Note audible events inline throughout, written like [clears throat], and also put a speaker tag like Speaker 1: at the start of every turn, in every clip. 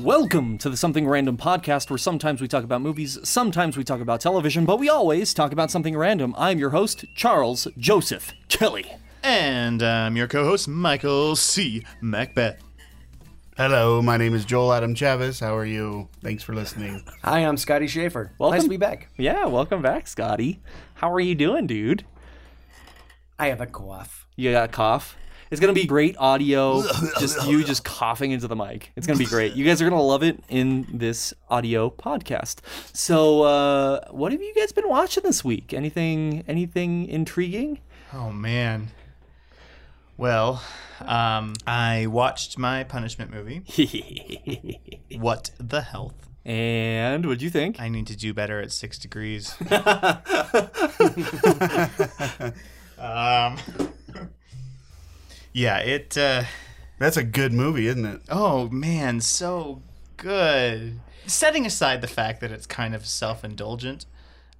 Speaker 1: Welcome to the Something Random podcast, where sometimes we talk about movies, sometimes we talk about television, but we always talk about something random. I'm your host, Charles Joseph Kelly.
Speaker 2: And I'm your co host, Michael C. Macbeth.
Speaker 3: Hello, my name is Joel Adam Chavez. How are you? Thanks for listening.
Speaker 4: Hi, I'm Scotty Schaefer. Nice
Speaker 1: Welcome.
Speaker 4: to be back.
Speaker 1: Yeah, welcome back, Scotty. How are you doing, dude?
Speaker 4: I have a cough.
Speaker 1: You got a cough? It's gonna be great audio. just you just coughing into the mic. It's gonna be great. You guys are gonna love it in this audio podcast. So, uh, what have you guys been watching this week? Anything? Anything [laughs] intriguing?
Speaker 2: Oh, man. Well, um, I watched my punishment movie, [laughs] What the Health.
Speaker 1: and what'd you think?
Speaker 2: I need to do better at six [laughs] degrees. um, yeah, it. Uh,
Speaker 3: That's a good movie, isn't it?
Speaker 2: oh, man, so good. Setting aside the fact that it's kind of self indulgent.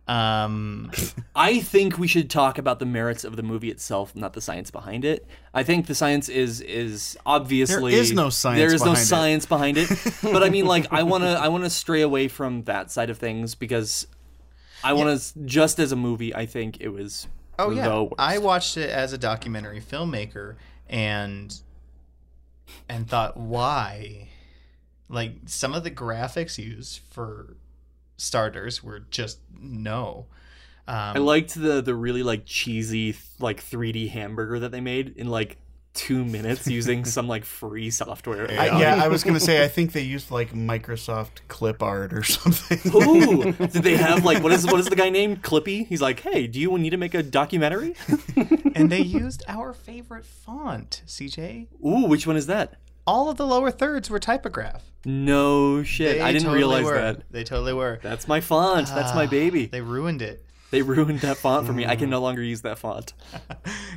Speaker 2: Um,
Speaker 1: I think we should talk about the merits of the movie itself, not the science behind it. I think the science is is obviously
Speaker 3: There is no science
Speaker 1: There is no
Speaker 3: behind it.
Speaker 1: science behind
Speaker 3: [laughs]
Speaker 1: it. But I mean, like, I wanna I wanna stray away from that side of things because I wanna just as a movie, I think it was.
Speaker 2: Oh yeah,
Speaker 1: the worst.
Speaker 2: I watched it as a documentary filmmaker and and thought why like some of the graphics used for starters were just no. Um,
Speaker 1: I liked the the really like cheesy like 3D hamburger that they made in like two minutes
Speaker 3: [laughs]
Speaker 1: using some like free software.
Speaker 3: I, yeah, I was gonna say I think they used like Microsoft clip art or [laughs] something.
Speaker 1: Ooh, did they have like what is what is the guy named Clippy? He's like, hey, do you need to make a documentary?
Speaker 2: and
Speaker 1: [laughs]
Speaker 2: they used our favorite font, CJ.
Speaker 1: Ooh, which one is that?
Speaker 2: All of the lower thirds were typograph.
Speaker 1: No shit.
Speaker 2: They
Speaker 1: I didn't
Speaker 2: totally
Speaker 1: realize
Speaker 2: were.
Speaker 1: that.
Speaker 2: They totally were.
Speaker 1: That's my font. That's my baby. They,
Speaker 2: They ruined it.
Speaker 1: ruined that font for me. I can no longer use that font.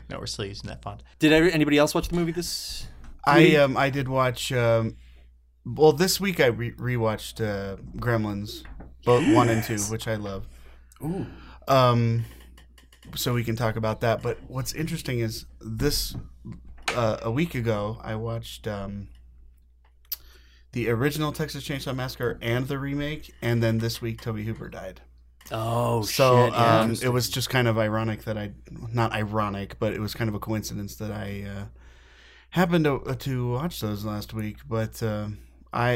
Speaker 2: No, we're still using that font.
Speaker 1: Did ever- anybody else watch the movie this?
Speaker 3: I um I did watch um well this week I re- rewatched uh, Gremlins, both one and two, which I love. Ooh. Um, so we can talk about that. But what's interesting is this uh, a week ago I watched um the original Texas Chainsaw Massacre and the remake, and then this week Toby Hooper died.
Speaker 1: Oh
Speaker 3: So
Speaker 1: shit. yeah.
Speaker 3: um, it was just kind of ironic that I, not ironic, but it was kind of a coincidence that I uh, happened to uh, to watch those last week. But uh, I,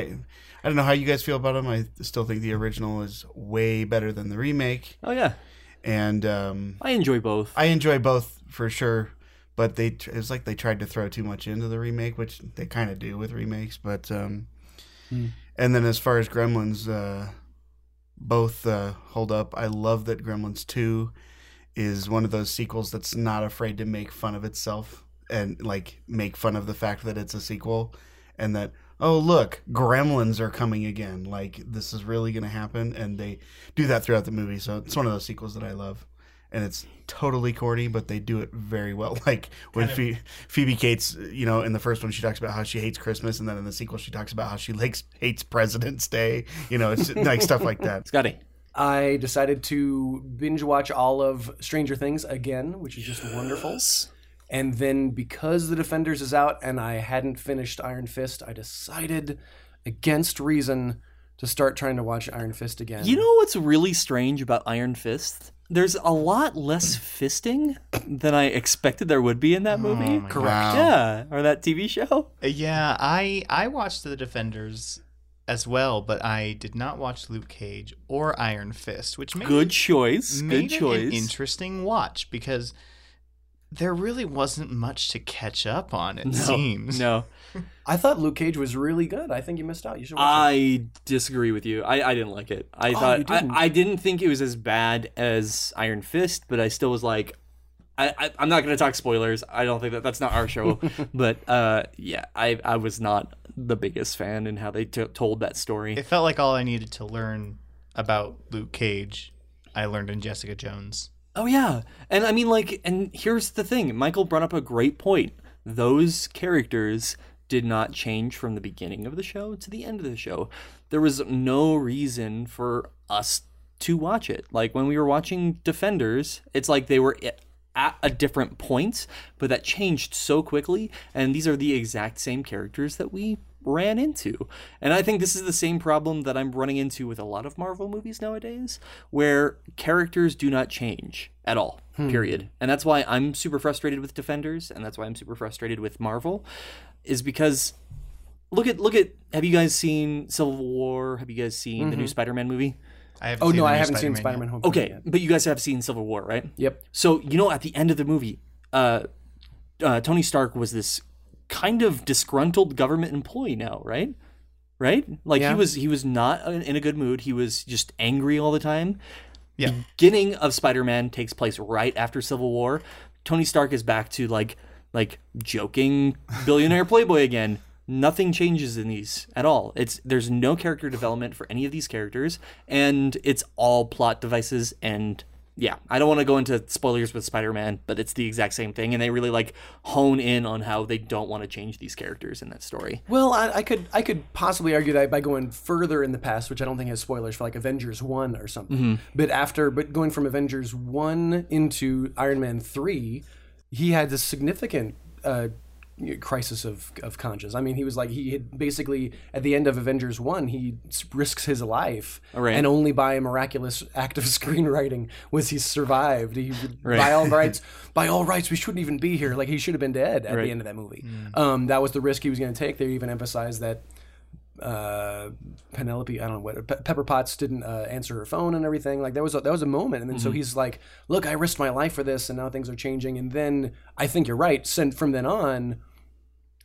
Speaker 3: I don't know how you guys feel about them. I still think the original is way better than the remake,
Speaker 1: oh yeah.
Speaker 3: and um,
Speaker 1: I enjoy both.
Speaker 3: I enjoy both for sure. But they, it was like they tried to throw too much into the remake, which they kind of do with remakes. But um, and then as far as Gremlins, uh, both uh, hold up. I love that Gremlins Two is one of those sequels that's not afraid to make fun of itself and like make fun of the fact that it's a sequel and that oh look gremlins are coming again like this is really going to happen and they do that throughout the movie so it's one of those sequels that i love and it's totally corny but they do it very well [laughs] like when Phoe- phoebe cates you know in the first one she talks about how she hates christmas and then in the sequel she talks about how she likes hates president's day you know it's like stuff like that
Speaker 1: Scotty.
Speaker 4: I decided to binge watch all of Stranger Things again, which is just wonderful. And then because The Defenders is out and I hadn't finished Iron Fist, I decided against reason to start trying to watch Iron Fist again.
Speaker 1: You know what's really strange about Iron Fist? There's a lot less fisting than I expected there would be in that movie.
Speaker 2: my
Speaker 3: Correct.
Speaker 1: Yeah, or that TV show.
Speaker 2: Yeah, I I watched The Defenders as well, but I did not watch Luke Cage or Iron Fist, which made
Speaker 1: Good choice. Good
Speaker 2: made
Speaker 1: choice.
Speaker 2: it an interesting watch because there really wasn't much to catch up on. It
Speaker 4: [laughs]
Speaker 1: no,
Speaker 2: seems
Speaker 1: no.
Speaker 4: I thought Luke Cage was really good. I think you missed out. You should
Speaker 1: Uh,
Speaker 4: watch
Speaker 1: I disagree with you. I, I didn't like it. I thought
Speaker 4: Oh, you didn't?
Speaker 1: I, I didn't think it was as bad as Iron Fist, but I still was like, I, I I'm not gonna talk spoilers. I don't think that that's not our
Speaker 4: [laughs]
Speaker 1: show, but uh, yeah, I I was not the biggest fan in how they t- told that story.
Speaker 2: it felt like all I needed to learn about Luke Cage, I learned in Jessica Jones.
Speaker 1: Oh yeah, and I mean like, and here's the thing. Michael brought up a great point. Those characters did not change from the beginning of the show to the end of the show. There was no reason for us to watch it. Like when we were watching Defenders, it's like they were at- at a different point, but that changed so quickly. And these are the exact same characters that we ran into. And I think this is the same problem that I'm running into with a lot of Marvel movies nowadays, where characters do not change at all, period. And that's why I'm super frustrated with Defenders, and that's why I'm super frustrated with Marvel, is because look at look at have you guys seen Civil War? Have you guys seen the new Spider-Man movie?
Speaker 2: I haven't
Speaker 4: Oh
Speaker 2: seen
Speaker 4: no,
Speaker 2: the
Speaker 4: I
Speaker 2: new
Speaker 4: haven't seen
Speaker 2: yet.
Speaker 4: Spider-Man Homecoming.
Speaker 1: Okay,
Speaker 4: yet.
Speaker 1: but you guys have seen Civil War, right?
Speaker 4: Yep.
Speaker 1: So you know, at the end of the movie, uh, uh, Tony Stark was this kind of disgruntled government employee now, right? Right? Like
Speaker 4: Yeah.
Speaker 1: he was he was not in in a good mood. He was just angry all the time.
Speaker 4: [laughs]
Speaker 2: Yeah.
Speaker 1: Beginning of Spider Man takes place right after Civil War. Tony Stark is back to like like joking billionaire playboy again. Nothing changes in these at all. It's there's no character development for any of these characters, and it's all plot devices and yeah, I don't want to go into spoilers with Spider-Man, but it's the exact same thing, and they really like hone in on how they don't want to change these characters in that story.
Speaker 4: Well, I, I could I could possibly argue that by going further in the past, which I don't think has spoilers for like Avengers one or something. But after, but going from Avengers one into Iron Man three, he had this significant uh, crisis of of conscience. I mean, he was like he had basically at the end of Avengers one, he s- risks his life,
Speaker 1: right.
Speaker 4: and only by a miraculous act of [laughs] screenwriting was he survived. He by all rights, by all rights, we shouldn't even be here. Like he should have been dead at the end of that movie. Um, that was the risk he was going to take. They even emphasized that uh, Penelope, I don't know what Pe- Pepper Potts didn't uh, answer her phone and everything. Like there was a, that was a moment, and then so he's like, "Look, I risked my life for this, and now things are changing." And then I think you're right. Sent from then on,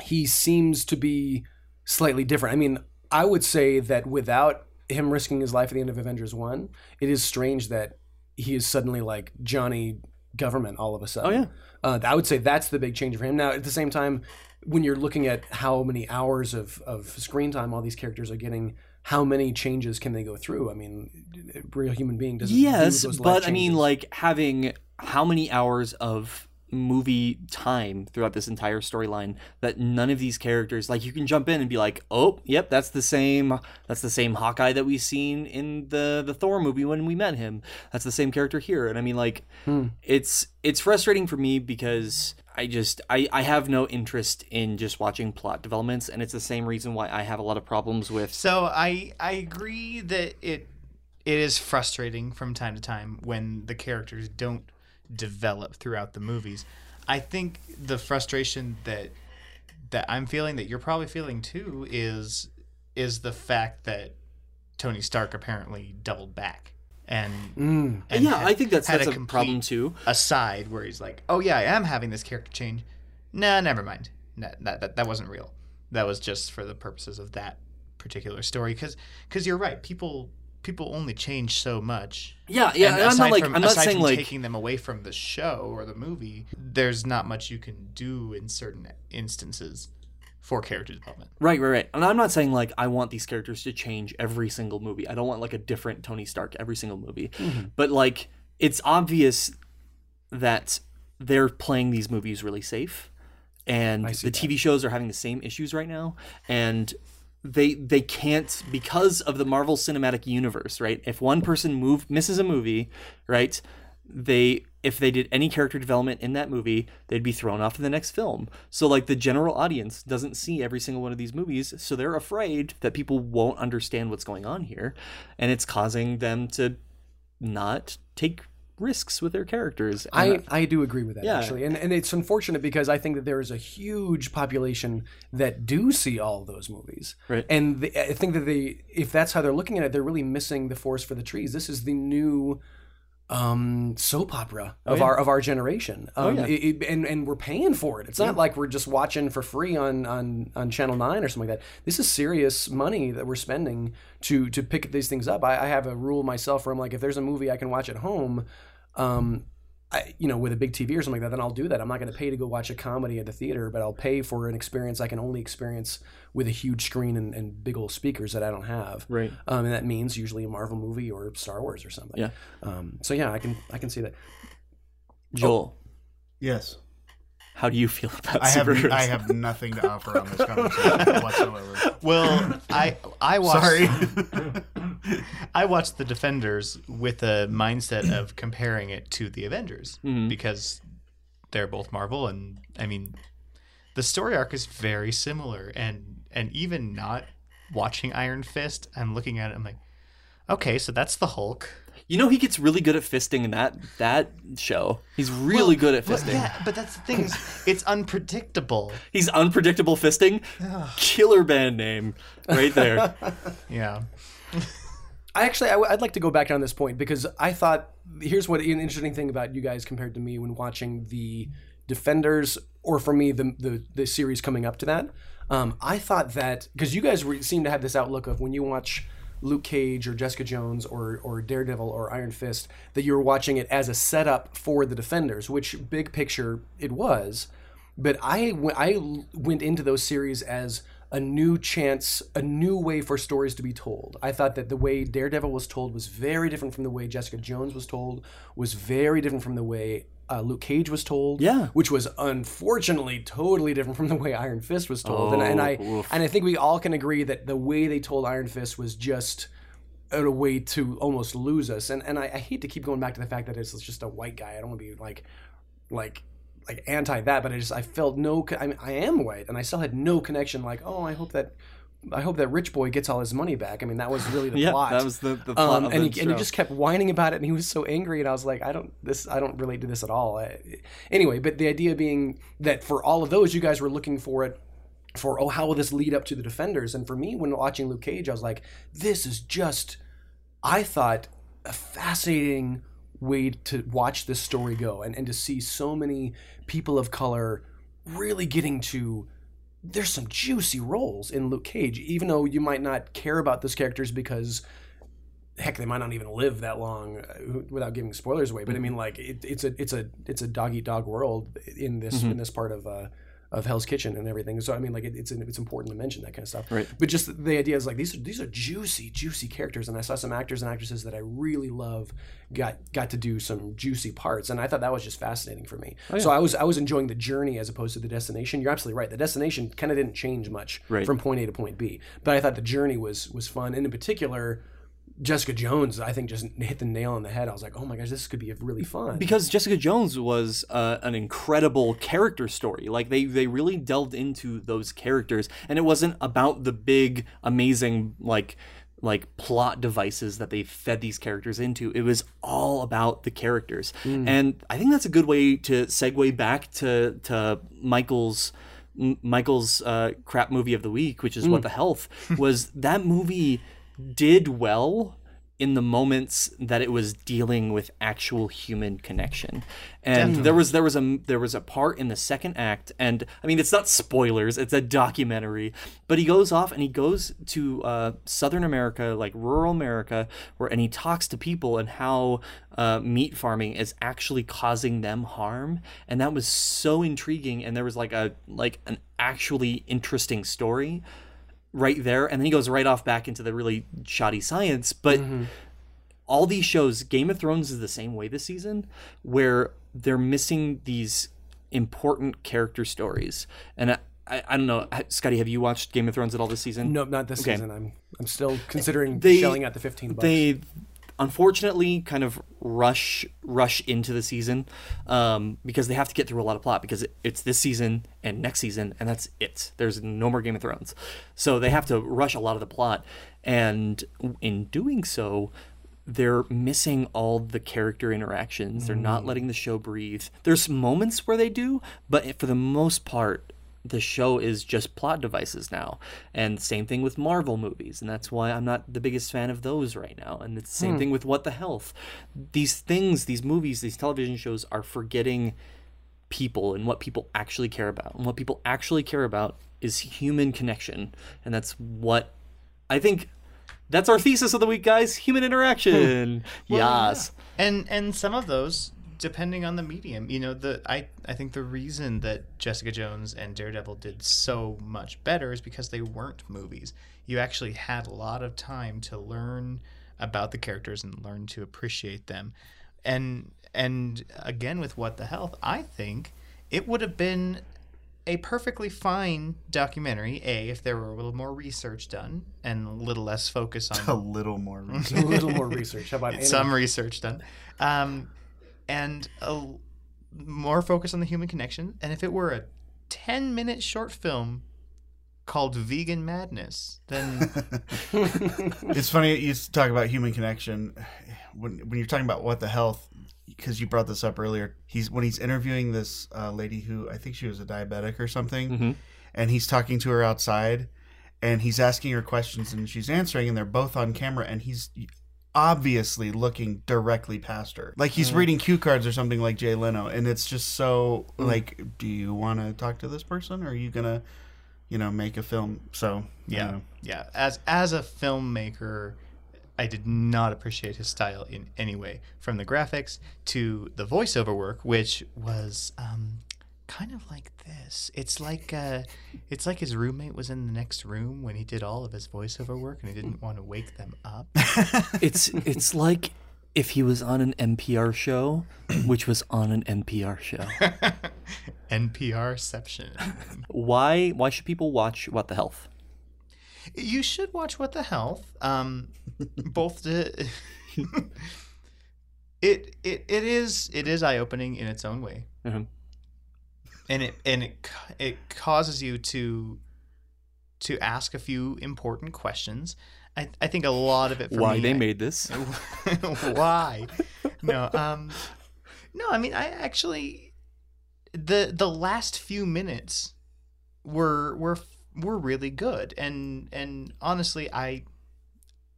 Speaker 4: he seems to be slightly different. I mean, I would say that without him risking his life at the end of Avengers One, it is strange that he is suddenly like Johnny Government all of a sudden.
Speaker 1: Oh, yeah.
Speaker 4: Uh, I would say that's the big change for him. Now, at the same time, when you're looking at how many hours of, of screen time all these characters are getting, how many changes can they go through? I mean, a real human being doesn't. do
Speaker 1: Yes,
Speaker 4: those life
Speaker 1: but I mean,
Speaker 4: changes.
Speaker 1: like having how many hours of movie time throughout this entire storyline that none of these characters like you can jump in and be like oh yep that's the same that's the same hawkeye that we've seen in the the thor movie when we met him that's the same character here and i mean like it's it's frustrating for me because i just i i have no interest in just watching plot developments and it's the same reason why i have a lot of problems with
Speaker 2: So I I agree that it it is frustrating from time to time when the characters don't develop throughout the movies. I think the frustration that that I'm feeling that you're probably feeling too is is the fact that Tony Stark apparently doubled back and,
Speaker 4: Mm.
Speaker 2: and
Speaker 1: yeah
Speaker 2: had-
Speaker 1: i think that's
Speaker 2: had
Speaker 1: that's a, problem
Speaker 2: complete
Speaker 1: too
Speaker 2: aside where he's like, "Oh yeah, I am having this character change." Nah, never mind. Nah, that that that wasn't real. That was just for the purposes of that particular story. Because because you're right, people people only change so much.
Speaker 1: yeah yeah
Speaker 2: And
Speaker 1: and i'm
Speaker 2: aside
Speaker 1: not like
Speaker 2: from-
Speaker 1: i'm not
Speaker 2: aside
Speaker 1: saying
Speaker 2: from
Speaker 1: like
Speaker 2: taking them away from the show or the movie. There's not much you can do in certain instances for character development.
Speaker 1: Right, right, right. And I'm not saying like I want these characters to change every single movie. I don't want like a different Tony Stark every single movie.
Speaker 2: Mm-hmm.
Speaker 1: But like it's obvious that they're playing these movies really safe and the TV shows are having the same issues right now and they they can't because of the Marvel Cinematic Universe, right? If one person move misses a movie, right? They if they did any character development in that movie, they'd be thrown off in the next film. So like the general audience doesn't see every single one of these movies, so they're afraid that people won't understand what's going on here and it's causing them to not take risks with their characters. And uh,
Speaker 4: I, I do agree with that
Speaker 1: Yeah.
Speaker 4: actually, and and it's unfortunate because I think that there is a huge population that do see all those movies,
Speaker 1: Right.
Speaker 4: And the, I think that they, if that's how they're looking at it, they're really missing the forest for the trees. This is the new um, soap opera of our of our generation, um,
Speaker 1: Oh, yeah.
Speaker 4: it- it- and and we're paying for it. It's not like we're just watching for free on on on Channel Nine or something like that. This is serious money that we're spending to to pick these things up. I, I have a rule myself where I'm like, if there's a movie I can watch at home. Um, I, you know, with a big TV or something like that, then I'll do that. I'm not going to pay to go watch a comedy at the theater, but I'll pay for an experience I can only experience with a huge screen and, and big old speakers that I don't have.
Speaker 1: Right.
Speaker 4: Um, and that means usually a Marvel movie or Star Wars or something.
Speaker 1: Yeah.
Speaker 4: Um, so yeah, I can I can see that.
Speaker 1: Joel,
Speaker 3: Yes.
Speaker 1: how do you feel about
Speaker 3: Oh. I have
Speaker 1: superheroes?
Speaker 3: I have nothing to offer on this conversation whatsoever.
Speaker 2: Well, I I watched
Speaker 3: Sorry.
Speaker 2: I watched The Defenders with a mindset of Mm-hmm. comparing it to The Avengers because they're both Marvel, and I mean, the story arc is very similar and and even not watching Iron Fist, I'm looking at it, I'm like, okay, so that's the Hulk.
Speaker 1: You know he gets really good at fisting in that that show. He's really good at
Speaker 2: But
Speaker 1: fisting.
Speaker 2: yeah, but that's the thing is it's unpredictable.
Speaker 1: He's unpredictable fisting. Killer band name right
Speaker 3: [laughs]
Speaker 1: there.
Speaker 2: Yeah.
Speaker 4: I actually, I w- I'd like to go back on this point because I thought here's what an interesting thing about you guys compared to me when watching the Defenders, or for me the the, the series coming up to that. Um, I thought that because you guys re- seem to have this outlook of when you watch Luke Cage or Jessica Jones or or Daredevil or Iron Fist that you're watching it as a setup for the Defenders, which big picture it was. But I, w- I l- went into those series as a new chance, a new way for stories to be told. I thought that the way Daredevil was told was very different from the way Jessica Jones was told, was very different from the way uh, Luke Cage was told.
Speaker 1: Yeah.
Speaker 4: which was unfortunately totally different from the way Iron Fist was told. and, and I
Speaker 1: Oh, oof.
Speaker 4: and I think we all can agree that the way they told Iron Fist was just a way to almost lose us. And and I, I hate to keep going back to the fact that it's just a white guy. I don't want to be like like like anti that, but I just I felt no. co- I mean, I am white, and I still had no connection. Like, oh, I hope that I hope that rich boy gets all his money back. I mean, that was really the
Speaker 1: [laughs] Yeah,
Speaker 4: plot.
Speaker 1: that was the, the plot
Speaker 4: Um,
Speaker 1: of
Speaker 4: and,
Speaker 1: the
Speaker 4: he, and he
Speaker 1: show.
Speaker 4: just kept whining about it, and he was so angry, and I was like, I don't this, I don't relate to this at all. I, anyway, but the idea being that for all of those, you guys were looking for it for oh, how will this lead up to the defenders? And for me, when watching Luke Cage, I was like, this is just I thought a fascinating way to watch this story go and, and to see so many people of color really getting to there's some juicy roles in Luke Cage, even though you might not care about those characters because heck, they might not even live that long uh, without giving spoilers away.
Speaker 1: Mm-hmm.
Speaker 4: But I mean, like it, it's a it's a it's a dog eat dog world in this
Speaker 1: Mm-hmm.
Speaker 4: in this part of uh, of Hell's Kitchen and everything. So I mean, like it, it's it's important to mention that kind of stuff.
Speaker 1: Right.
Speaker 4: But just the idea is like these are these are juicy juicy characters, and I saw some actors and actresses that I really love got got to do some juicy parts, and I thought that was just fascinating for me.
Speaker 1: Oh,
Speaker 4: So I was I was enjoying the journey as opposed to the destination. You're absolutely right. The destination kind of didn't change much
Speaker 1: Right.
Speaker 4: from point A to point B, but I thought the journey was was fun, and in particular. Jessica Jones, I think, just hit the nail on the head. I was like, oh my gosh, this could be really fun.
Speaker 1: because Jessica Jones was uh, an incredible character story. Like they they really delved into those characters, and it wasn't about the big amazing like like plot devices that they fed these characters into. It was all about the characters, and I think that's a good way to segue back to to Michael's. M- Michael's uh, crap movie of the week, which is What the Health, was that movie did well in the moments that it was dealing with actual human connection. And there was there was a there was a part in the second act and I mean it's not spoilers, it's a documentary, but he goes off and he goes to uh, southern America, like rural America, where and he talks to people and how uh, meat farming is actually causing them harm and that was so intriguing and there was like a like an actually interesting story right there and then he goes right off back into the really shoddy science but all these shows game of thrones is the same way this season where they're missing these important character stories and i, I, I don't know ha- scotty have you watched game of thrones at all this season
Speaker 4: Nope, not this
Speaker 1: Okay.
Speaker 4: season. I'm I'm still considering
Speaker 1: They-
Speaker 4: shelling out the 15 bucks.
Speaker 1: they unfortunately kind of rush rush into the season um, because they have to get through a lot of plot because it, it's this season and next season and that's it there's no more game of thrones so they have to rush a lot of the plot and in doing so they're missing all the character interactions they're not letting the show breathe there's moments where they do but for the most part the show is just plot devices now. And same thing with Marvel movies, and that's why I'm not the biggest fan of those right now. And it's the same thing with What the Health. These things, these movies, these television shows are forgetting people and what people actually care about. And what people actually care about is human connection. And that's what I think that's our thesis of the week, guys. Human interaction. yes.
Speaker 2: And and some of those, depending on the medium, you know, the I I think the reason that Jessica Jones and Daredevil did so much better is because they weren't movies. You actually had a lot of time to learn about the characters and learn to appreciate them. And and again with what the health, I think it would have been a perfectly fine documentary, A, if there were a little more research done and a little less focus on
Speaker 3: [laughs] [laughs] A little more.
Speaker 4: [laughs] a little more research. How about
Speaker 2: some research done, um, and a, l- more focus on the human connection. And if it were a 10 minute short film called Vegan Madness, then
Speaker 3: [laughs] it's funny you talk about human connection when when you're talking about what the health because you brought this up earlier. He's when he's interviewing this uh, lady who I think she was a diabetic or something,
Speaker 1: Mhm.
Speaker 3: and he's talking to her outside, and he's asking her questions and she's answering, and they're both on camera, and he's obviously looking directly past her like he's reading cue cards or something like jay leno and it's just so like do you want to talk to this person or are you gonna you know make a film so I
Speaker 2: yeah.
Speaker 3: don't know.
Speaker 2: Yeah, as as a filmmaker, I did not appreciate his style in any way, from the graphics to the voiceover work, which was um, kind of like this. It's like uh, it's like his roommate was in the next room when he did all of his voiceover work, and he didn't want to wake them up.
Speaker 1: It's it's like if he was on an NPR show, [clears throat] which was on an NPR show.
Speaker 2: NPRception.
Speaker 1: [laughs] Why why should people watch What the Health?
Speaker 2: You should watch What the Health.
Speaker 1: [laughs]
Speaker 2: Um, both the [laughs] it it it is it is eye opening in its own way,
Speaker 1: Mhm.
Speaker 2: and it and it ca- it causes you to to ask a few important questions. I I think a lot of it. For
Speaker 1: Why
Speaker 2: me-
Speaker 1: they made this?
Speaker 2: [laughs] why no um no i mean i actually the the last few minutes were were were really good and and honestly i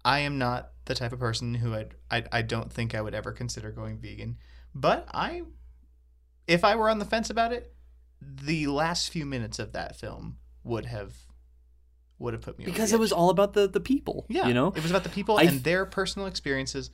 Speaker 2: i am not the type of person who I'd, i i don't think i would ever consider going vegan but i if i were on the fence about it the last few minutes of that film would have would have put me over
Speaker 1: Because
Speaker 2: the
Speaker 1: it was all about the the people.
Speaker 2: yeah,
Speaker 1: you know.
Speaker 2: it was about the people
Speaker 1: I
Speaker 2: and
Speaker 1: th-
Speaker 2: their personal experiences,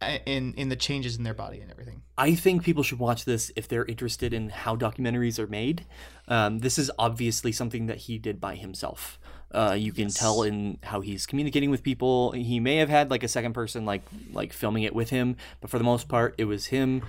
Speaker 2: a- in in the changes in their body and everything.
Speaker 1: I think people should watch this if they're interested in how documentaries are made. Um, this is obviously something that he did by himself. Uh, you can tell in how he's communicating with people. He may have had like a second person like like filming it with him, but for the most part, it was him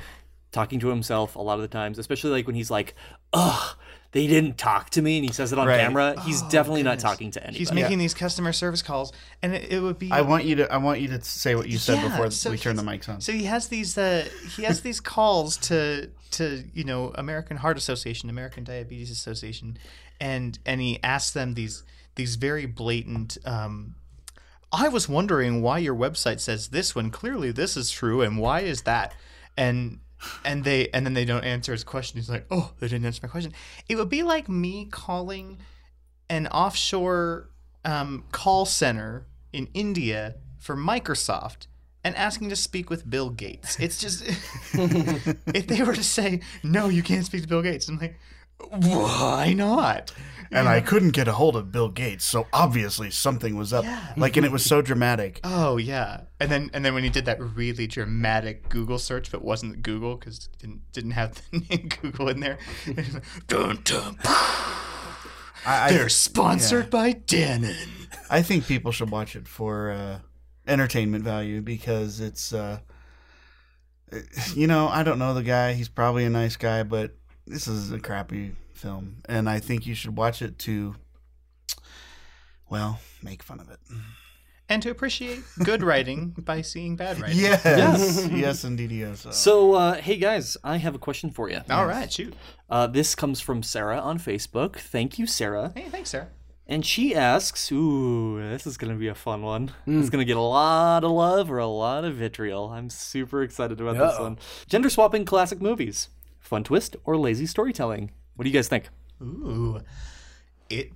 Speaker 1: talking to himself a lot of the times. Especially like when he's like, "Ugh, they didn't talk to me," and he says it on
Speaker 3: Right.
Speaker 1: camera. He's definitely
Speaker 2: Oh, goodness.
Speaker 1: not talking to anybody.
Speaker 2: He's making these customer service calls, and it, it would be.
Speaker 3: I want you to. I want you to say what you said
Speaker 2: Yeah,
Speaker 3: before
Speaker 2: so
Speaker 3: we turn the
Speaker 2: he's-
Speaker 3: mics on.
Speaker 2: So he has these uh, he has these calls to to you know American Heart Association, American Diabetes Association, and and he asks them these these very blatant. Um, I was wondering why your website says this when clearly this is true, and why is that? And and they and then they don't answer his question. He's like, oh, they didn't answer my question. It would be like me calling an offshore um, call center in India for Microsoft and asking to speak with Bill Gates. It's just [laughs] if they were to say, "No, you can't speak to Bill Gates," I'm like, "Why not?"
Speaker 3: and I couldn't get a hold of Bill Gates, so obviously something was up.
Speaker 2: Yeah.
Speaker 3: Like, and it was so dramatic.
Speaker 2: Oh yeah, and then and then when he did that really dramatic Google search, but wasn't Google because didn't didn't have the [laughs] name Google in there. And he's like, dun, dun,
Speaker 3: I, I,
Speaker 2: they're sponsored by Dannon.
Speaker 3: I think people should watch it for uh, entertainment value because it's, uh, [sighs] you know, I don't know the guy. He's probably a nice guy, but this is a crappy film, and I think you should watch it to, well, make fun of it.
Speaker 2: And to appreciate good writing by seeing bad
Speaker 3: [laughs]
Speaker 2: writing.
Speaker 3: Yes, yes, indeed, yes.
Speaker 1: so, uh, hey guys, I have a question for you.
Speaker 2: All right, shoot.
Speaker 1: Uh, this comes from Sarah on Facebook. Thank you, Sarah.
Speaker 2: Hey, thanks, Sarah.
Speaker 1: And she asks, ooh, this is going to be a fun one. It's going to get a lot of love or a lot of vitriol. I'm super excited about this
Speaker 4: Uh-oh.
Speaker 1: one. Gender swapping classic movies. Fun twist or lazy storytelling? What do you guys think?
Speaker 2: Ooh, it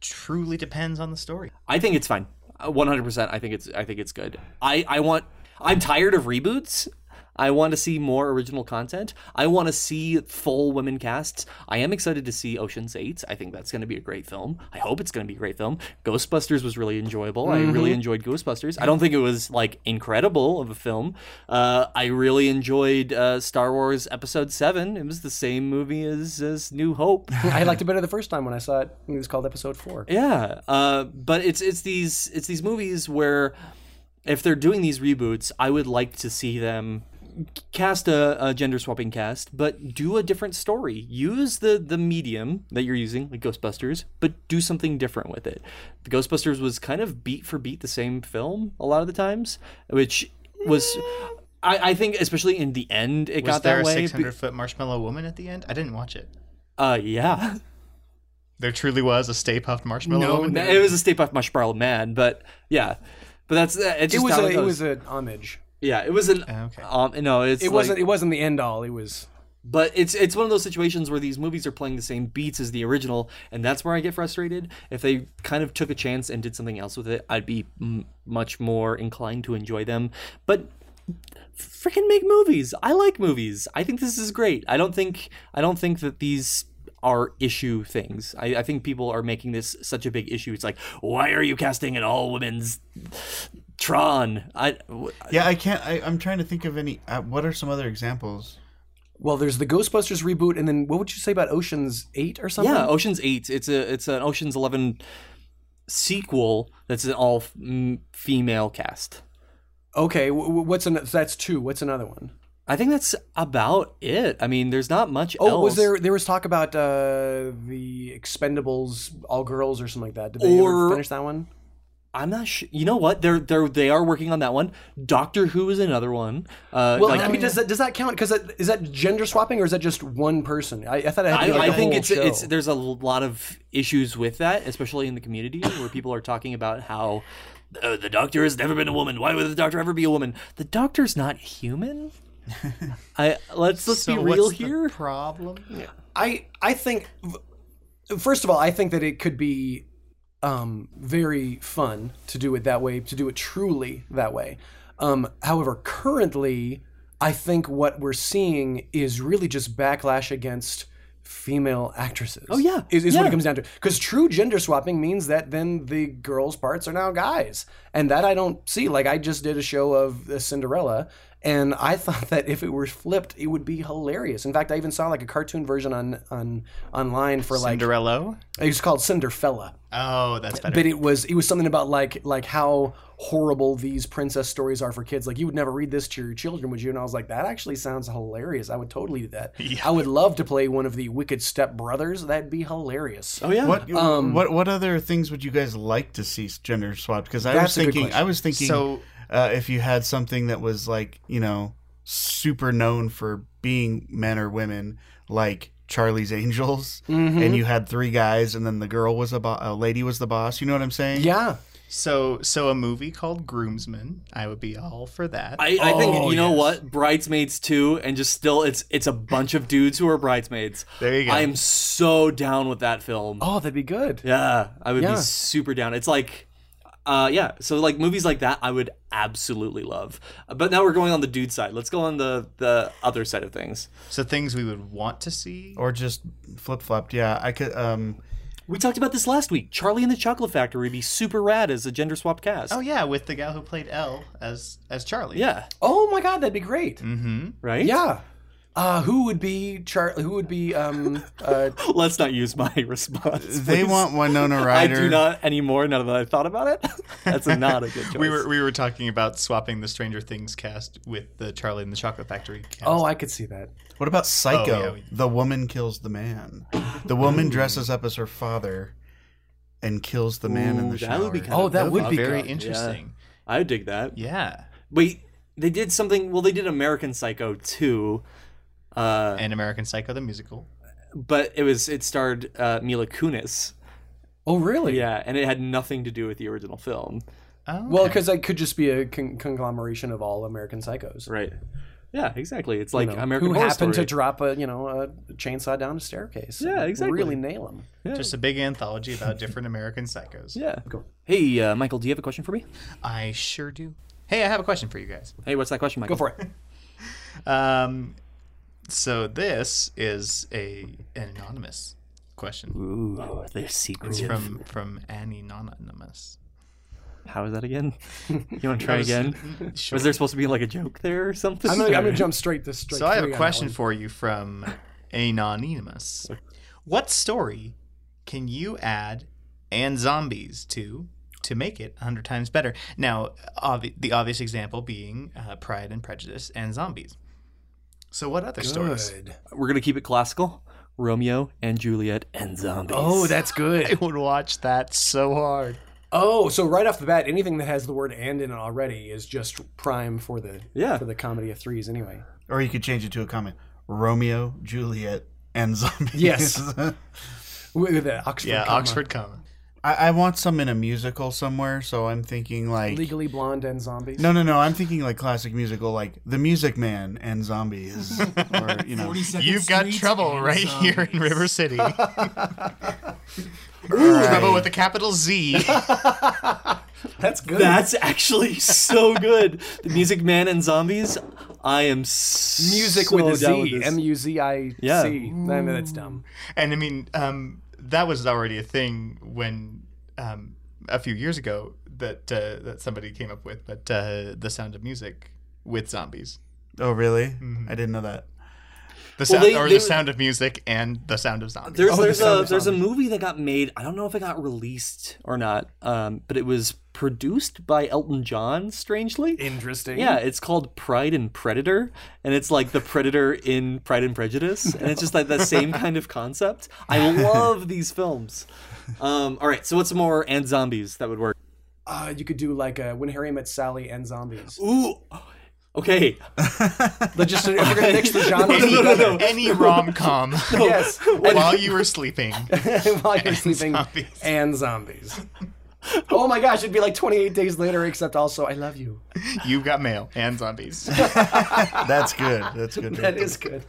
Speaker 2: truly depends on the story.
Speaker 1: I think it's fine. Uh, 100%. I think it's I think it's good. I I want I'm tired of reboots. I want to see more original content. I want to see full women casts. I am excited to see Ocean's 8. I think that's going to be a great film. I hope it's going to be a great film. Ghostbusters was really enjoyable. I really enjoyed Ghostbusters. I don't think it was like incredible of a film. Uh, I really enjoyed uh, Star Wars Episode 7. It was the same movie as, as New Hope.
Speaker 4: I liked it better the first time when I saw it. I think it was called Episode Four.
Speaker 1: Yeah, uh, but it's it's these it's these movies where if they're doing these reboots, I would like to see them cast a, a gender swapping cast, but do a different story. Use the the medium that you're using, like Ghostbusters, but do something different with it. The Ghostbusters was kind of beat for beat the same film a lot of the times, which was. I, I think, especially in the end, it
Speaker 2: Was
Speaker 1: got
Speaker 2: there
Speaker 1: that
Speaker 2: a
Speaker 1: way.
Speaker 2: 600 foot marshmallow woman at the end? I didn't watch it.
Speaker 1: Uh, yeah.
Speaker 2: There truly was a Stay Puffed Marshmallow.
Speaker 4: No,
Speaker 2: oven?
Speaker 1: Ma- It was a Stay Puft Marshmallow Man, but yeah, but that's it's
Speaker 4: It
Speaker 1: just
Speaker 4: was
Speaker 1: how
Speaker 4: a, it
Speaker 1: goes.
Speaker 4: was an homage.
Speaker 1: yeah, it was an
Speaker 2: Okay.
Speaker 1: um, no, it's
Speaker 4: It
Speaker 1: like-
Speaker 4: wasn't it wasn't the end all. It was
Speaker 1: But it's it's one of those situations where these movies are playing the same beats as the original, and that's where I get frustrated. If they kind of took a chance and did something else with it, I'd be m- much more inclined to enjoy them. But freaking make movies. I like movies. I think this is great. I don't think I don't think that these are issue things. I, I think people are making this such a big issue. It's like, why are you casting an all women's Tron? I w-
Speaker 3: Yeah, I can't. I, I'm trying to think of any. Uh, what are some other examples?
Speaker 4: well, there's the Ghostbusters reboot, and then what would you say about Ocean's Eight or something?
Speaker 1: Yeah, Ocean's Eight. It's a it's an Ocean's Eleven sequel that's an all f- m- female cast.
Speaker 4: Okay, wh- wh- what's an, so that's two. What's another one?
Speaker 1: I think that's about it. I mean, there's not much
Speaker 4: Oh,
Speaker 1: else.
Speaker 4: was there there was talk about uh, the Expendables all girls or something like that? Did they
Speaker 1: Or-
Speaker 4: ever finish that one?
Speaker 1: I'm not sure. You know what? They're they're they are working on that one. Doctor Who is another one. Uh,
Speaker 4: Well,
Speaker 1: like,
Speaker 4: I mean, does that does that count? Because is that gender swapping or is that just one person? I, I thought I had to
Speaker 1: I,
Speaker 4: be like
Speaker 1: I
Speaker 4: the
Speaker 1: think
Speaker 4: whole
Speaker 1: it's
Speaker 4: show.
Speaker 1: it's there's a lot of issues with that, especially in the community where people are talking about how uh, the doctor has never been a woman. Why would the doctor ever be a woman? The doctor's not human.
Speaker 4: [laughs]
Speaker 1: I let's let's
Speaker 2: So
Speaker 1: be real
Speaker 2: what's the
Speaker 1: here.
Speaker 2: problem?
Speaker 4: I I think first of all, I think that it could be um, very fun to do it that way, to do it truly that way. Um, however, currently, I think what we're seeing is really just backlash against female actresses. Oh
Speaker 1: yeah.
Speaker 4: is, is what
Speaker 1: Yeah.
Speaker 4: it comes down to. Because true gender swapping means that then the girls' parts are now guys, and that I don't see. Like I just did a show of uh, Cinderella, and I [laughs] thought that if it were flipped, it would be hilarious. In fact, I even saw like a cartoon version on on online for like
Speaker 2: Cinderello?
Speaker 4: it was called Cinderfella,
Speaker 2: Oh, that's better.
Speaker 4: but it was it was something about like like how horrible these princess stories are for kids. Like you would never read this to your children, would you? And I was like, that actually sounds hilarious. I would totally do that. I would love to play one of the Wicked Step Brothers. That'd be hilarious.
Speaker 1: Oh yeah.
Speaker 4: [sighs]
Speaker 3: What
Speaker 4: Um,
Speaker 3: what what other things would you guys like to see gender swapped? Because I was
Speaker 4: That's a good
Speaker 3: thinking,
Speaker 4: question.
Speaker 3: I was thinking,
Speaker 2: So-
Speaker 3: uh, if you had something that was like you know super known for being men or women, like Charlie's Angels,
Speaker 4: Mm-hmm.
Speaker 3: and you had three guys, and then the girl was a, bo- a lady was the boss. You know what I'm saying?
Speaker 4: Yeah,
Speaker 2: so, so a movie called Groomsman. I would be all for that.
Speaker 1: I, I think
Speaker 4: Oh,
Speaker 1: you know
Speaker 4: yes.
Speaker 1: what bridesmaids too, and just still it's it's a bunch of dudes who are bridesmaids.
Speaker 2: There you go.
Speaker 1: I am so down with that film.
Speaker 4: Oh, that'd be good.
Speaker 1: Yeah, I would
Speaker 4: Yeah.
Speaker 1: be super down. It's like, uh, yeah. So like movies like that, I would absolutely love. But now we're going on the dude side. Let's go on the the other side of things.
Speaker 2: so things we would want to see.
Speaker 3: Or just flip flopped. Yeah, I could. Um,
Speaker 1: We talked about this last week. Charlie and the Chocolate Factory would be super rad as a gender swap cast.
Speaker 2: Oh yeah, with the gal who played Elle as as Charlie.
Speaker 1: yeah,
Speaker 4: Oh my God, that'd be great.
Speaker 1: Mm-hmm. right.
Speaker 4: Yeah. Uh, who would be Char- Who would be um,
Speaker 1: [laughs]
Speaker 4: uh,
Speaker 1: Let's not use my [laughs] response.
Speaker 3: they
Speaker 1: please.
Speaker 3: want
Speaker 4: [laughs]
Speaker 3: Winona
Speaker 1: I
Speaker 3: Ryder.
Speaker 1: do not anymore. Now that I thought about it, that's not a good choice.
Speaker 2: [laughs] We were we were talking about swapping the Stranger Things cast with the Charlie and the Chocolate Factory cast.
Speaker 4: Oh, I could see that.
Speaker 3: What about Psycho?
Speaker 1: Oh,
Speaker 2: yeah.
Speaker 3: The woman kills the man. The woman dresses up as her father and kills the man in
Speaker 1: Ooh,
Speaker 3: the shower.
Speaker 1: that would be kind
Speaker 4: Oh, that would be
Speaker 2: very
Speaker 4: good.
Speaker 2: interesting.
Speaker 1: I dig that.
Speaker 2: Yeah.
Speaker 1: Wait, they did something. Well, they did American Psycho too, uh,
Speaker 2: And American Psycho the musical.
Speaker 1: but it was it starred uh, Mila Kunis.
Speaker 4: Oh, really?
Speaker 1: Yeah, and it had nothing to do with the original film.
Speaker 2: Oh,
Speaker 4: Well, because I could just be a con- conglomeration of all American psychos.
Speaker 1: Right. Yeah, exactly. It's like
Speaker 4: you know,
Speaker 1: American
Speaker 4: who
Speaker 1: Horror
Speaker 4: happened
Speaker 1: Story.
Speaker 4: to drop a you know a chainsaw down a staircase.
Speaker 1: Yeah,
Speaker 4: and
Speaker 1: exactly.
Speaker 4: Really nail them.
Speaker 2: just a big anthology about different American psychos.
Speaker 1: yeah. Hey, uh, Michael, do you have a question for me?
Speaker 2: I sure do. Hey, I have a question for you guys.
Speaker 1: Hey, what's that question, Michael? [laughs]
Speaker 4: Go for it.
Speaker 2: Um, so this is a an anonymous question
Speaker 1: Ooh, they're secretive.
Speaker 2: from from Annie Anonymous.
Speaker 1: How is that
Speaker 4: [laughs]
Speaker 1: again? You want to try again?
Speaker 2: [laughs] Sure.
Speaker 1: Was there supposed to be like a joke there or something?
Speaker 4: I'm gonna, I'm gonna jump straight this straight.
Speaker 2: So I have a
Speaker 4: through on that
Speaker 2: question
Speaker 4: one.
Speaker 2: for you from Anonymous. What story can you add and zombies to to make it 100 times better? Now, obvi- the obvious example being uh, Pride and Prejudice and zombies. So what other stories?
Speaker 4: Good.
Speaker 1: We're gonna keep it classical. Romeo and Juliet and zombies.
Speaker 4: Oh, that's
Speaker 1: [laughs]
Speaker 2: I
Speaker 4: good.
Speaker 2: would watch that so hard.
Speaker 4: Oh, so right off the bat, anything that has the word "and" in it already is just prime for the
Speaker 1: Yeah.
Speaker 4: for the comedy of threes anyway.
Speaker 3: Or [laughs] you could change it to a comment Romeo, Juliet, and zombies.
Speaker 4: Yes. with the Oxford.
Speaker 2: yeah,
Speaker 4: comma.
Speaker 2: Oxford comma.
Speaker 3: I, I want some in a musical somewhere, so I'm thinking like
Speaker 4: Legally Blonde and Zombies.
Speaker 3: No, no, no. I'm thinking like classic musical, like The Music Man and
Speaker 1: [laughs]
Speaker 3: Zombies, or you know,
Speaker 5: 42nd
Speaker 2: You've got
Speaker 5: Street
Speaker 2: trouble
Speaker 5: and
Speaker 2: right [laughs] here in
Speaker 5: zombies.
Speaker 2: River [laughs] City.
Speaker 3: All
Speaker 2: Trouble
Speaker 3: right.
Speaker 2: with a capital Z.
Speaker 4: [laughs] That's good.
Speaker 1: That's [laughs] actually so good. The Music Man and Zombies. I am s-
Speaker 4: music
Speaker 1: so
Speaker 4: with a
Speaker 1: down
Speaker 4: Z.
Speaker 1: this.
Speaker 4: M U Z I C.
Speaker 1: Yeah.
Speaker 4: I mean, that's dumb.
Speaker 2: And I mean, um, that was already a thing when um, a few years ago that uh, that somebody came up with, but uh, the Sound of Music with zombies,
Speaker 3: Oh, really?
Speaker 1: Mm-hmm.
Speaker 3: I didn't know that.
Speaker 2: the sound
Speaker 1: they-
Speaker 2: or
Speaker 1: they-
Speaker 2: the Sound of Music and the Sound of Zombies.
Speaker 1: There's
Speaker 2: Oh,
Speaker 1: there's
Speaker 2: the Sound
Speaker 1: a
Speaker 2: of
Speaker 1: there's a
Speaker 2: Zombies.
Speaker 1: movie that got made. I don't know if it got released or not, um, but it was produced by Elton John. Strangely,
Speaker 4: Interesting.
Speaker 1: Yeah, it's called Pride and Predator, and it's like the Predator in Pride and Prejudice, and it's just like the same kind of concept. I love these films. Um, all right, so what's more and zombies that would work?
Speaker 4: Uh, you could do like uh When Harry Met Sally and Zombies.
Speaker 1: Ooh, okay.
Speaker 4: [laughs] But just if we're gonna mix [laughs] the
Speaker 1: [laughs]
Speaker 4: genres
Speaker 1: No, no, no, no.
Speaker 4: together-
Speaker 2: [laughs] any
Speaker 1: [laughs]
Speaker 2: rom com
Speaker 4: Yes.
Speaker 2: while you were sleeping.
Speaker 4: while you're sleeping
Speaker 2: zombies.
Speaker 4: and zombies. oh my gosh, it'd be like 28 days later, except also I love you.
Speaker 2: You've got mail
Speaker 1: [laughs]
Speaker 2: and zombies.
Speaker 3: That's good. That's good.
Speaker 4: That is good.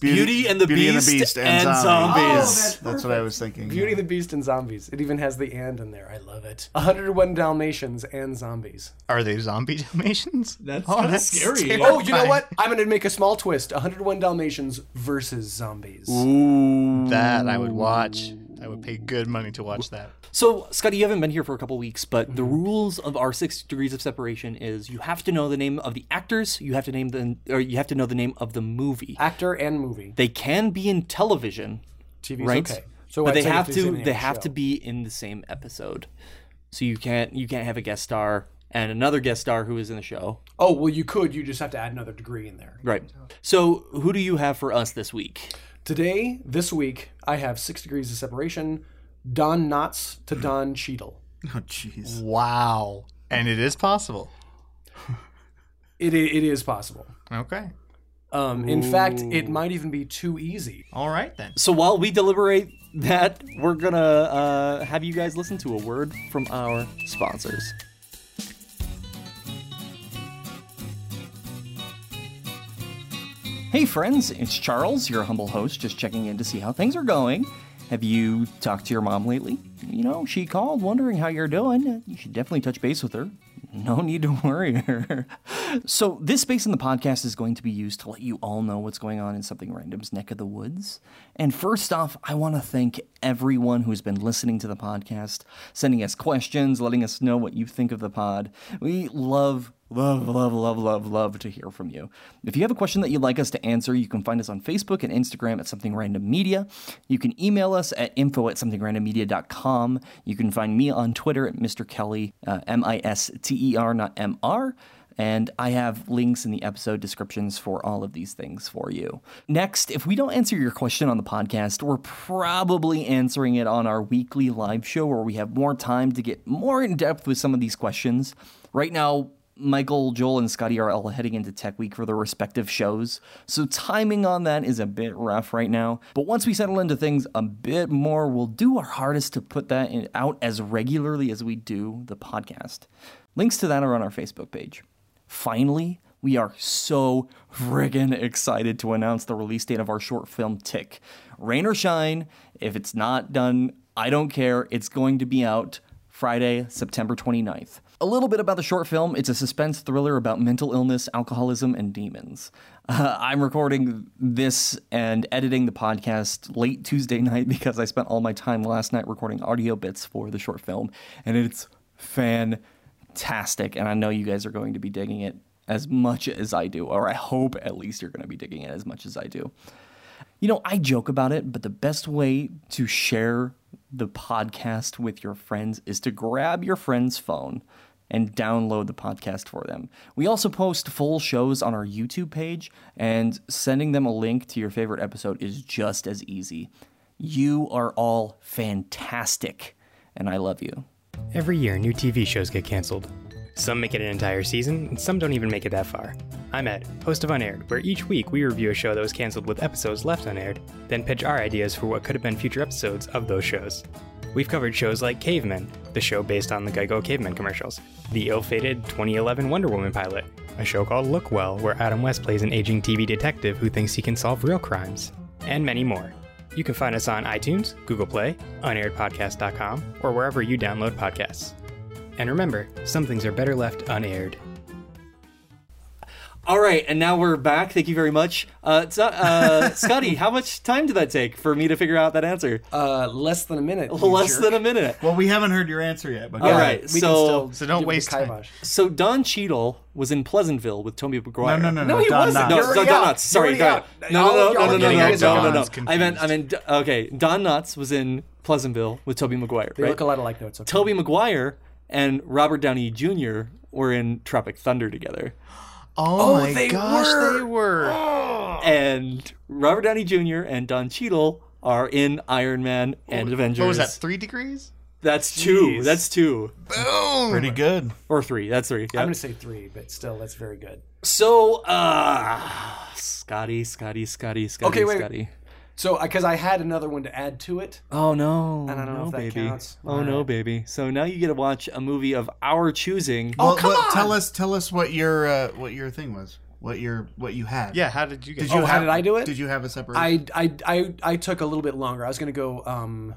Speaker 1: Beauty and the Beast and Zombies.
Speaker 4: Oh, that's
Speaker 3: that's, what I was thinking.
Speaker 4: Beauty and the Beast and zombies. It even has the and in there. I love it. 101 Dalmatians and zombies.
Speaker 2: Are they zombie Dalmatians?
Speaker 5: [laughs] That's kinda scary.
Speaker 4: Oh, you know
Speaker 2: terrifying.
Speaker 4: what? I'm gonna make a small twist. 101 Dalmatians versus zombies.
Speaker 1: Ooh.
Speaker 2: That I would watch. I would pay good money to watch that.
Speaker 1: So, Scotty, you haven't been here for a couple weeks, but the rules of our six degrees of separation is you have to know the name of the actors, you have to name the, or you have to know the name of the movie.
Speaker 4: Actor and movie.
Speaker 1: They can be in television,
Speaker 4: TV's
Speaker 1: right?
Speaker 4: okay. So
Speaker 1: but
Speaker 4: I'd
Speaker 1: they
Speaker 4: say
Speaker 1: have
Speaker 4: if he's
Speaker 1: to
Speaker 4: in the
Speaker 1: they have
Speaker 4: show.
Speaker 1: to be in the same episode. So you can't you can't have a guest star and another guest star who is in the show.
Speaker 4: Oh well, you could. You just have to add another degree in there.
Speaker 1: Right. So who do you have for us this week?
Speaker 4: Today, this week, I have six degrees of separation. Don Knotts
Speaker 1: [clears throat]
Speaker 4: to Don Cheadle.
Speaker 3: [laughs] Oh, jeez.
Speaker 2: Wow. And it is possible.
Speaker 4: It i- it is possible.
Speaker 2: Okay.
Speaker 4: Um, in fact, it might even be too easy.
Speaker 2: All right then.
Speaker 1: So while we deliberate that, we're gonna uh, have you guys listen to a word from our sponsors. Hey friends, it's Charles, your humble host, just checking in to see how things are going. Have you talked to your mom lately? You know, she called wondering how you're doing. You should definitely touch base with her. No [laughs] need to worry her. So, this space in the podcast is going to be used to let you all know what's going on in Something Random's neck of the woods. And first off, I want to thank everyone who's been listening to the podcast, sending us questions, letting us know what you think of the pod. We love Love, love, love, love, love to hear from you. If you have a question that you'd like us to answer, you can find us on Facebook and Instagram at Something Random Media. You can email us at info at somethingrandommedia.com. You can find me on Twitter at Mr. Kelly, uh, M I S T E R, not M R. And I have links in the episode descriptions for all of these things for you. Next, if we don't answer your question on the podcast, we're probably answering it on our weekly live show where we have more time to get more in depth with some of these questions. Right now, Michael, Joel, and Scotty are all heading into Tech Week for their respective shows, so timing on that is a bit rough right now. But once we settle into things a bit more, we'll do our hardest to put that in, out as regularly as we do the podcast. Links to that are on our Facebook page. Finally, we are so friggin' excited to announce the release date of our short film Tick. Rain or shine, if it's not done, I don't care. It's going to be out Friday, September 29th. A little bit about the short film it's a suspense thriller about mental illness, alcoholism, and demons. Uh, I'm recording this and editing the podcast late Tuesday night because I spent all my time last night recording audio bits for the short film, and it's fantastic. And I know you guys are going to be digging it as much as I do, or I hope at least you're going to be digging it as much as I do. You know, I joke about it, but the best way to share the podcast with your friends is to grab your friend's phone and download the podcast for them. We also post full shows on our YouTube page, and sending them a link to your favorite episode is just as easy. You are all fantastic, and I love you.
Speaker 6: Every year, new TV shows get canceled. Some make it an entire season, and some don't even make it that far.
Speaker 5: I'm Ed, host of Unaired, where each week we review a show that was canceled with episodes left unaired, then pitch our ideas for what could have been future episodes of those shows. We've covered shows like Cavemen, the show based on the Geico Cavemen commercials, the ill fated 2011 Wonder Woman pilot, a show called Look Well, where Adam West plays an aging TV detective who thinks he can solve real crimes, and many more. You can find us on iTunes, Google Play, unairedpodcast.com, or wherever you download podcasts. And remember, some things are better left unaired.
Speaker 7: All right, and now we're back. Thank you very much, uh, it's
Speaker 4: [laughs]
Speaker 7: not- uh, Scotty. How much time did that take for me to figure out that answer?
Speaker 4: Uh, less than a minute. you
Speaker 7: Less
Speaker 4: jerk.
Speaker 7: than a minute.
Speaker 3: Well, we haven't heard your answer yet, but
Speaker 7: All
Speaker 4: We
Speaker 7: right,
Speaker 4: can
Speaker 7: so
Speaker 4: still
Speaker 2: So don't
Speaker 4: give it a
Speaker 2: waste time.
Speaker 4: kibosh.
Speaker 7: so Don Cheadle was in Pleasantville with Tommy
Speaker 3: no,
Speaker 7: McGuire.
Speaker 3: no, no,
Speaker 4: No, he
Speaker 3: Don
Speaker 4: wasn't.
Speaker 7: No,
Speaker 4: You're
Speaker 3: Knotts.
Speaker 7: Don
Speaker 4: already out.
Speaker 7: Knotts. Sorry,
Speaker 4: You're
Speaker 7: Don.
Speaker 4: already out.
Speaker 7: No,
Speaker 4: All
Speaker 7: no,
Speaker 4: of
Speaker 7: no,
Speaker 4: y'all
Speaker 7: no,
Speaker 4: are
Speaker 7: no,
Speaker 4: getting
Speaker 7: no,
Speaker 2: our
Speaker 7: no, no, no.
Speaker 2: Dons
Speaker 7: I meant, I meant. Okay, Don Knotts was in Pleasantville with Toby Maguire.
Speaker 4: They
Speaker 7: right?
Speaker 4: look a lot alike, though. It's okay.
Speaker 7: Toby Maguire and Robert Downey Jr. were in Tropic Thunder together.
Speaker 2: Oh,
Speaker 4: Oh,
Speaker 2: my
Speaker 4: they
Speaker 2: gosh,
Speaker 4: were.
Speaker 2: they were. Oh.
Speaker 7: And Robert Downey Jr. and Don Cheadle are in Iron Man and Avengers.
Speaker 2: Oh, What was that? Three degrees?
Speaker 7: That's two.
Speaker 5: Jeez.
Speaker 7: That's two.
Speaker 2: Boom.
Speaker 3: Pretty good.
Speaker 7: Or three. That's three.
Speaker 4: I'm
Speaker 7: Yeah.
Speaker 4: going to say three, but still, that's very good.
Speaker 7: So, uh, Scotty, Scotty, Scotty, Scotty,
Speaker 4: Okay, wait.
Speaker 7: Scotty.
Speaker 4: So, because I had another one to add to it.
Speaker 7: Oh no!
Speaker 4: I don't know
Speaker 7: no,
Speaker 4: if that
Speaker 7: baby.
Speaker 4: counts.
Speaker 7: Oh no, baby. So now you get to watch a movie of our choosing.
Speaker 3: Well, come on. Tell us, tell us what your uh, what your thing was. What your what you had.
Speaker 2: Yeah, Oh, how did you get
Speaker 3: Did you
Speaker 4: how
Speaker 3: have,
Speaker 4: did I do it?
Speaker 3: Did you have a separate?
Speaker 4: I, I, I, I took a little bit longer. I was going to go. Um,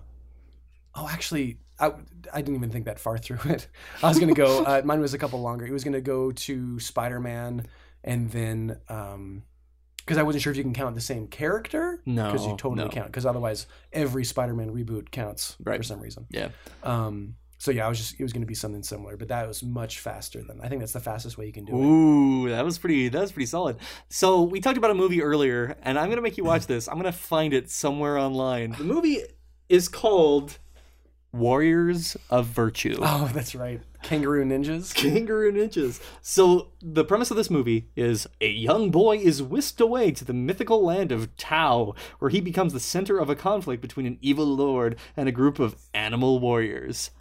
Speaker 4: oh, actually, I, I didn't even think that far [laughs] through it. I was going to go.
Speaker 7: [laughs]
Speaker 4: Uh, mine was a couple longer. It was going to go to Spider Man and then. Um, because I wasn't sure if you can count the same character.
Speaker 7: No,
Speaker 4: Because you totally
Speaker 7: no.
Speaker 4: count. Because otherwise, every Spider Man reboot counts for
Speaker 7: Right.
Speaker 4: some reason.
Speaker 7: Yeah.
Speaker 4: Um, so yeah, I was just it was going to be something similar, but that was much faster than I think that's the fastest way you can do it.
Speaker 7: Ooh, that was pretty. That was pretty solid. So we talked about a movie earlier, and I'm gonna make you watch [laughs] this. I'm gonna find it somewhere online. [sighs] The movie is called Warriors of Virtue.
Speaker 4: [laughs] Oh, that's right, kangaroo ninjas.
Speaker 7: Ah, Kangaroo Ninjas. So the premise of this movie is a young boy is whisked away to the mythical land of Tao, where he becomes the center of a conflict between an evil lord and a group of animal warriors.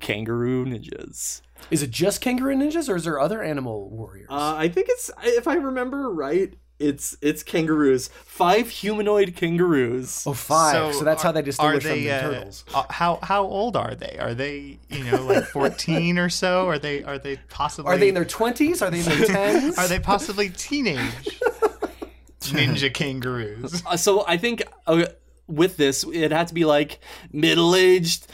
Speaker 7: Kangaroo ninjas.
Speaker 4: Is it just kangaroo ninjas, or is there other animal warriors?
Speaker 7: Uh, I think it's if I remember right, it's it's kangaroos. Five humanoid kangaroos.
Speaker 4: oh, five. So, that's how they
Speaker 2: are-
Speaker 4: distinguish
Speaker 2: are they,
Speaker 4: from
Speaker 2: uh,
Speaker 4: the turtles.
Speaker 2: uh, how how old are they? Are they you know
Speaker 4: [laughs]
Speaker 2: like fourteen or so? Are they are they possibly
Speaker 4: Are they in their twenties? Are they in
Speaker 2: [laughs]
Speaker 4: their tens?
Speaker 2: are they
Speaker 4: [laughs]
Speaker 2: possibly teenage ninja
Speaker 4: [laughs]
Speaker 2: kangaroos?
Speaker 7: Uh, so I think uh, with this, it had to be like middle-aged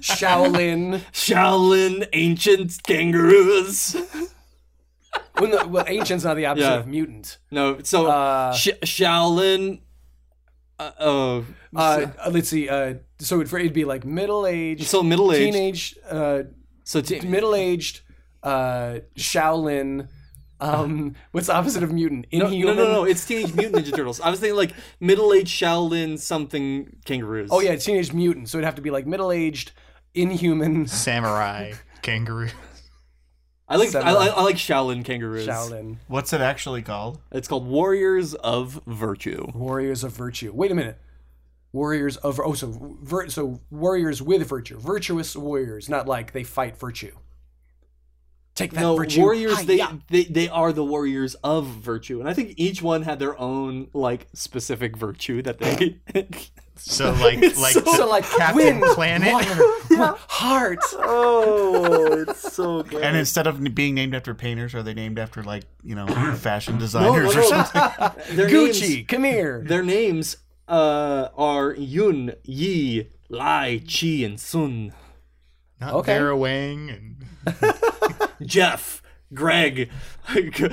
Speaker 4: Shaolin?
Speaker 7: Shaolin ancient kangaroos. [laughs]
Speaker 4: when the, well, ancient's not the opposite
Speaker 7: Yeah.
Speaker 4: of mutant.
Speaker 7: No, so
Speaker 4: Uh,
Speaker 7: Sh- Shaolin. Uh, oh,
Speaker 4: Uh, let's see. Uh, so it'd, it'd be like middle aged,
Speaker 7: so middle aged.
Speaker 4: teenage, uh,
Speaker 7: so te-
Speaker 4: middle aged, uh, Shaolin. Um, what's the opposite of mutant?
Speaker 7: no,
Speaker 4: Inhuman.
Speaker 7: no, no, no, it's Teenage Mutant Ninja Turtles. I was thinking like middle aged Shaolin something kangaroos.
Speaker 4: Oh yeah, teenage mutant. So it'd have to be like middle aged, inhuman
Speaker 2: Samurai kangaroo.
Speaker 7: I like I,
Speaker 4: Samurai.
Speaker 7: I, I like Shaolin kangaroos.
Speaker 4: Shaolin
Speaker 3: What's it actually called?
Speaker 7: It's called Warriors of Virtue.
Speaker 4: warriors of virtue. Wait a minute, warriors of oh so vir, so warriors with virtue, virtuous warriors, not like they fight virtue. Take that
Speaker 7: No,
Speaker 4: virtue.
Speaker 7: warriors. They,
Speaker 4: Hi-ya.
Speaker 7: they they are the warriors of virtue, and I think each one had their own like specific virtue that they.
Speaker 2: So like like
Speaker 7: so-
Speaker 2: the
Speaker 4: [laughs] so like
Speaker 2: Captain
Speaker 4: wind,
Speaker 2: Planet.
Speaker 4: water,
Speaker 7: [laughs]
Speaker 4: heart.
Speaker 7: oh, it's so good.
Speaker 3: And instead of being named after painters, are they named after like you know fashion designers or something?
Speaker 7: Their names-
Speaker 4: Gucci, [laughs] come here.
Speaker 7: Their names uh, are Yun, Yi, Lai, Chi, and Sun.
Speaker 2: [laughs] Not
Speaker 4: Okay.
Speaker 2: Vera Wang
Speaker 4: [laughs]
Speaker 2: and
Speaker 7: Jeff, Greg. [laughs]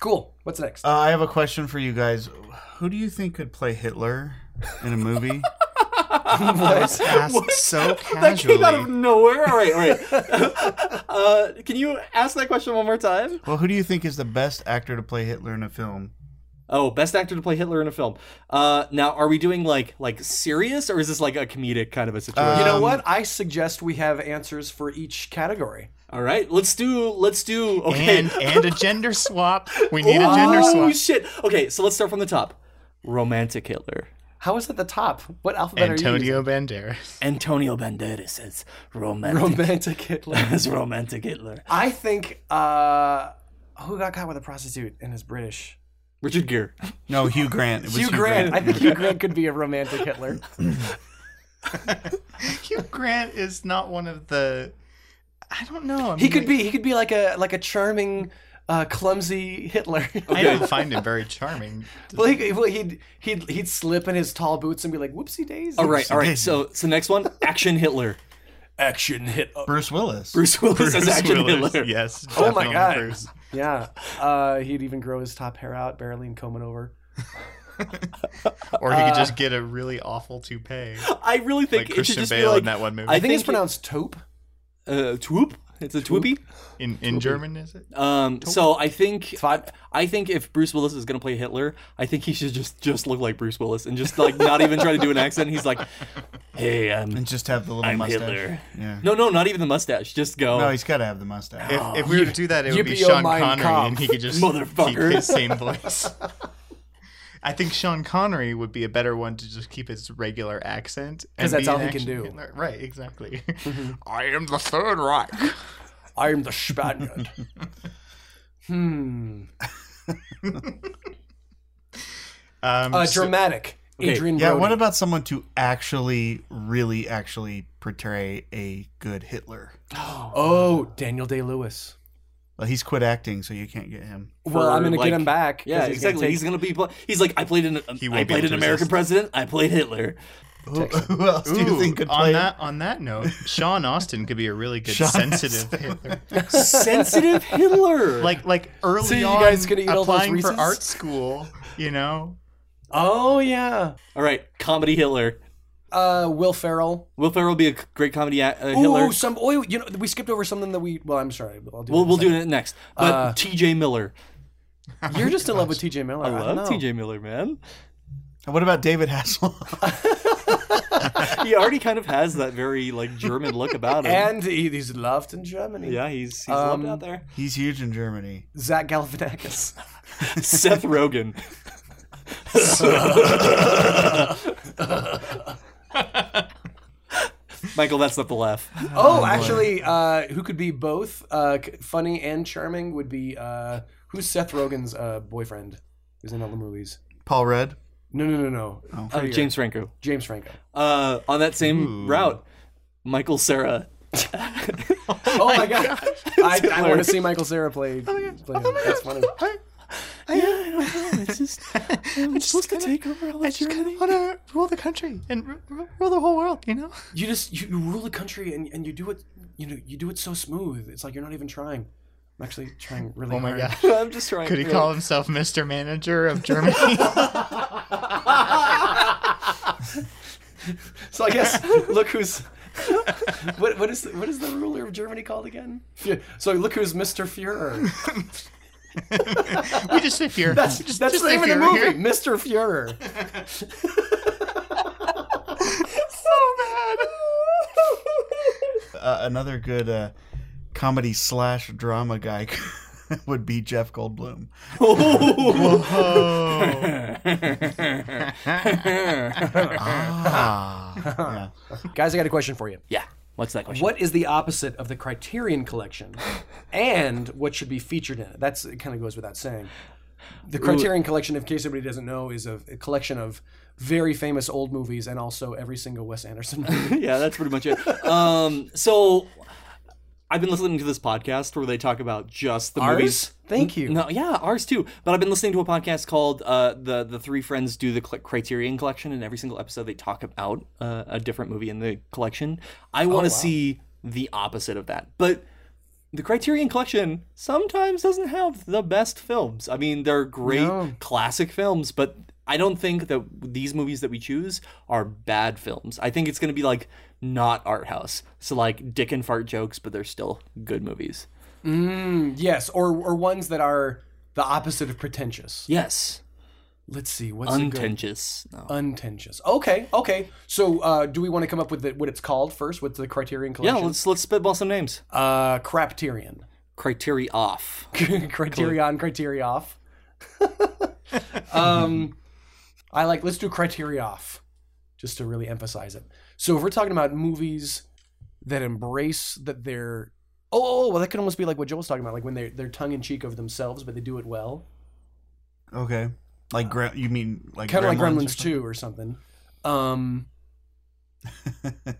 Speaker 4: Cool. What's [laughs] next?
Speaker 3: Uh, I have a question for you guys. Who do you think could play Hitler in a movie?
Speaker 2: that was asked so
Speaker 7: that
Speaker 2: casually.
Speaker 7: came out of nowhere. All right, all right. [laughs] uh, can you ask that question one more time?
Speaker 3: well, who do you think is the best actor to play Hitler in a film?
Speaker 7: Oh, best actor to play Hitler in a film. Uh, now, are we doing like like serious, or is this like a comedic kind of a situation?
Speaker 4: you know
Speaker 3: um,
Speaker 4: what? I suggest we have answers for each category.
Speaker 7: all right, let's do let's do. Okay,
Speaker 2: and and a gender swap. We need a gender
Speaker 7: oh
Speaker 2: swap.
Speaker 7: shit. Okay, so let's start from the top. Romantic Hitler.
Speaker 4: How is that the top? What alphabet are you?
Speaker 2: Antonio Banderas.
Speaker 7: Antonio
Speaker 4: [laughs]
Speaker 7: Banderas as
Speaker 1: [laughs]
Speaker 7: romantic.
Speaker 4: Romantic Hitler.
Speaker 7: as romantic Hitler.
Speaker 4: I think uh, who got caught with a prostitute and is British?
Speaker 1: Richard Gere.
Speaker 3: No, Hugh Grant. It was
Speaker 4: Hugh Grant. I think Hugh Grant could be a romantic [laughs] Hitler.
Speaker 2: [laughs] Hugh Grant is not one of the. I don't know. I
Speaker 4: He
Speaker 2: mean,
Speaker 4: could be. He could be like a like a charming, uh, clumsy Hitler.
Speaker 2: I
Speaker 4: [laughs]
Speaker 2: don't find him very charming.
Speaker 4: well, he, well, he'd he'd he'd slip in his tall boots and be like, "Whoopsie daisy."
Speaker 1: All right, all right. So, so next one, Action Hitler. Action Hitler.
Speaker 3: Bruce Willis.
Speaker 1: Bruce Willis as
Speaker 2: Bruce
Speaker 1: Action
Speaker 2: Willis,
Speaker 1: Hitler.
Speaker 2: Yes.
Speaker 4: Oh my
Speaker 2: definitely
Speaker 4: God.
Speaker 2: Bruce.
Speaker 4: Yeah. Uh, he'd even grow his top hair out, barely and comb it over.
Speaker 2: Or he could just get a really awful toupee,
Speaker 1: I really think
Speaker 2: like
Speaker 1: it should
Speaker 2: Christian
Speaker 1: just
Speaker 2: Bale
Speaker 1: be like
Speaker 2: in that one movie.
Speaker 1: I
Speaker 4: I think it's
Speaker 1: think-
Speaker 4: pronounced taupe.
Speaker 1: uh, Twoop. It's a Twoopy.
Speaker 2: in in German, is it?
Speaker 4: Uh,
Speaker 1: Um, so I think
Speaker 4: fine.
Speaker 1: I think if Bruce Willis is gonna play Hitler, I think he should just just look like Bruce Willis and just like not even try to do an accent. He's like, "Hey, I'm
Speaker 3: And just have the little
Speaker 1: I'm
Speaker 3: mustache.
Speaker 1: Hitler."
Speaker 3: Yeah.
Speaker 1: No, no, not even the mustache. Just go.
Speaker 3: No, he's got to have the mustache.
Speaker 2: If, if we were to do that, it would be
Speaker 4: yippee-oh,
Speaker 2: Sean
Speaker 4: Mein
Speaker 2: Connery,
Speaker 4: Kampf.
Speaker 2: and he could just keep
Speaker 1: Motherfucker.
Speaker 2: his same voice. [laughs] I think Sean Connery would be a better one to just keep his regular accent. and
Speaker 4: 'Cause that's
Speaker 2: be
Speaker 4: all
Speaker 2: an
Speaker 4: he can
Speaker 2: action
Speaker 4: do.
Speaker 2: Hitler. Right,
Speaker 4: [laughs]
Speaker 2: exactly. I am the Third Reich.
Speaker 4: I am
Speaker 1: [laughs]
Speaker 4: the Spaniard. hmm.
Speaker 2: Um,
Speaker 4: Uh,
Speaker 2: so-
Speaker 4: dramatic.
Speaker 1: Okay,
Speaker 4: Adrian
Speaker 3: yeah,
Speaker 4: Brody.
Speaker 3: what about someone to actually, really, actually portray a good Hitler?
Speaker 4: [gasps] Oh, Daniel Day Lewis.
Speaker 3: Well, he's quit acting, so you can't get him.
Speaker 4: Well, I'm gonna
Speaker 1: like-
Speaker 4: get him back. 'cause
Speaker 1: Yeah,
Speaker 4: he's gonna
Speaker 1: exactly.
Speaker 4: take-
Speaker 1: He's gonna be. pl- He's like, I played an.
Speaker 2: He won't
Speaker 1: I
Speaker 2: be
Speaker 1: played
Speaker 2: able
Speaker 1: an
Speaker 2: to
Speaker 1: American
Speaker 2: resist.
Speaker 1: president. I played Hitler.
Speaker 3: Who, [laughs] who else do you
Speaker 2: Ooh,
Speaker 3: think could
Speaker 2: on
Speaker 3: play?
Speaker 2: that on that note, Sean Austin could be a really good
Speaker 3: [laughs] Sean
Speaker 2: sensitive Hitler.
Speaker 1: Sensitive Hitler.
Speaker 2: Like
Speaker 3: [laughs]
Speaker 2: like early
Speaker 4: So you
Speaker 2: on,
Speaker 4: guys gonna eat all those
Speaker 2: applying for
Speaker 4: Reese's?
Speaker 2: art school, you know.
Speaker 4: oh yeah.
Speaker 1: [laughs] all right, comedy Hitler.
Speaker 4: Uh, Will Ferrell.
Speaker 1: Will Ferrell will be a great comedy a- uh, Hitler.
Speaker 4: Oh, some. Oh, you know, we skipped over something that we. Well, I'm sorry. I'll do
Speaker 1: We'll
Speaker 4: in a [laughs]
Speaker 1: we'll do
Speaker 4: second.
Speaker 1: it next. But
Speaker 4: Uh,
Speaker 1: T.J. Miller.
Speaker 4: You're just in love with T.J. Miller.
Speaker 1: I
Speaker 4: don't know.
Speaker 1: love T.J. Miller, man.
Speaker 3: What about David Hasselhoff? [laughs]
Speaker 1: He already kind of has that very like German look
Speaker 2: [laughs]
Speaker 1: about him.
Speaker 4: And he, he's loved in Germany.
Speaker 1: yeah, he's he's loved
Speaker 4: Um,
Speaker 1: out there.
Speaker 3: he's huge in Germany.
Speaker 4: Zach Galifianakis.
Speaker 1: Seth Rogen. Michael, that's not the laugh.
Speaker 4: [laughs] oh, actually, uh, who could be both uh, c- funny and charming would be uh, who's Seth Rogen's uh, boyfriend? Who's in all the movies?
Speaker 3: Paul Rudd.
Speaker 4: No, no, no, no.
Speaker 1: Oh,
Speaker 4: Prettier.
Speaker 1: James Franco.
Speaker 4: James Franco.
Speaker 1: Uh, on that same
Speaker 2: Ooh.
Speaker 1: route, Michael Sarah.
Speaker 4: Oh [laughs] my Oh god! I, I want to see Michael Cera play. play him. That's funny.
Speaker 1: it's just I'm supposed to take over all
Speaker 2: want to rule the country and rule the whole world, you know?
Speaker 4: You just you, you rule the country and, and you do it. You know you do it so smooth. It's like you're not even trying. I'm actually trying really
Speaker 2: Oh my
Speaker 4: hard.
Speaker 2: god.
Speaker 4: [laughs]
Speaker 1: I'm just trying.
Speaker 2: Could he
Speaker 1: to-
Speaker 2: call himself Mr. Manager of Germany? [laughs]
Speaker 4: So
Speaker 2: [laughs]
Speaker 4: I guess look who's [laughs] what what is the, what is the ruler of Germany called again? Yeah, So look who's Mr. Führer.
Speaker 2: we just say Fuhrer. [laughs] That's, just,
Speaker 4: That's
Speaker 2: just
Speaker 4: the
Speaker 2: say
Speaker 4: name of the
Speaker 2: Fuhrer
Speaker 4: movie,
Speaker 2: here.
Speaker 4: Mr. Führer.
Speaker 2: [laughs]
Speaker 4: [laughs]
Speaker 3: Uh, another good uh, comedy slash drama guy [laughs] would be Jeff Goldblum. Yeah.
Speaker 4: Guys, I got a question for you.
Speaker 1: Yeah. What's that question?
Speaker 4: What is the opposite of the Criterion Collection, and what should be featured in it? That's it. Kind of goes without saying. The Criterion Collection, in case anybody doesn't know, is a, a collection of very famous old movies and also every single Wes Anderson
Speaker 1: [laughs]
Speaker 4: movie.
Speaker 1: yeah, that's pretty much it. Um, so I've been listening to this podcast where they talk about just the movies.
Speaker 4: Thank you.
Speaker 1: No, yeah, ours too. But I've been listening to a podcast called uh, "the the Three Friends Do the Cl- Criterion Collection," and every single episode they talk about uh, a different movie in the collection.
Speaker 4: Oh,
Speaker 1: I want to see the opposite of that, but the Criterion Collection sometimes doesn't have the best films. I mean, they're great classic films, but I don't think that these movies that we choose are bad films. I think it's going to be like not art house, so like dick and fart jokes, but they're still good movies.
Speaker 4: Yes, or or ones that are the opposite of pretentious.
Speaker 1: Yes,
Speaker 4: Let's see what's a good-
Speaker 1: untentious. No.
Speaker 4: untentious. Okay, okay. So, uh, do we want to come up with the, what it's called first? What's the Criterion
Speaker 1: Yeah,
Speaker 4: collection?
Speaker 1: let's let's spitball some names.
Speaker 4: uh, Crapterion,
Speaker 1: Criteria off.
Speaker 4: Criterion, [laughs] Criteria off. [laughs] um, I like. Let's do Criteria off, just to really emphasize it. So, if we're talking about movies that embrace that they're Oh, oh, oh, well, that could almost be like what Joel was talking about, like when they're they're tongue in cheek of themselves, but they do it well,
Speaker 3: Okay. Like gre- you mean like
Speaker 4: kind of
Speaker 3: Gremlins
Speaker 4: like
Speaker 3: or
Speaker 4: Gremlins
Speaker 3: something?
Speaker 4: Two or something. Um,
Speaker 3: That's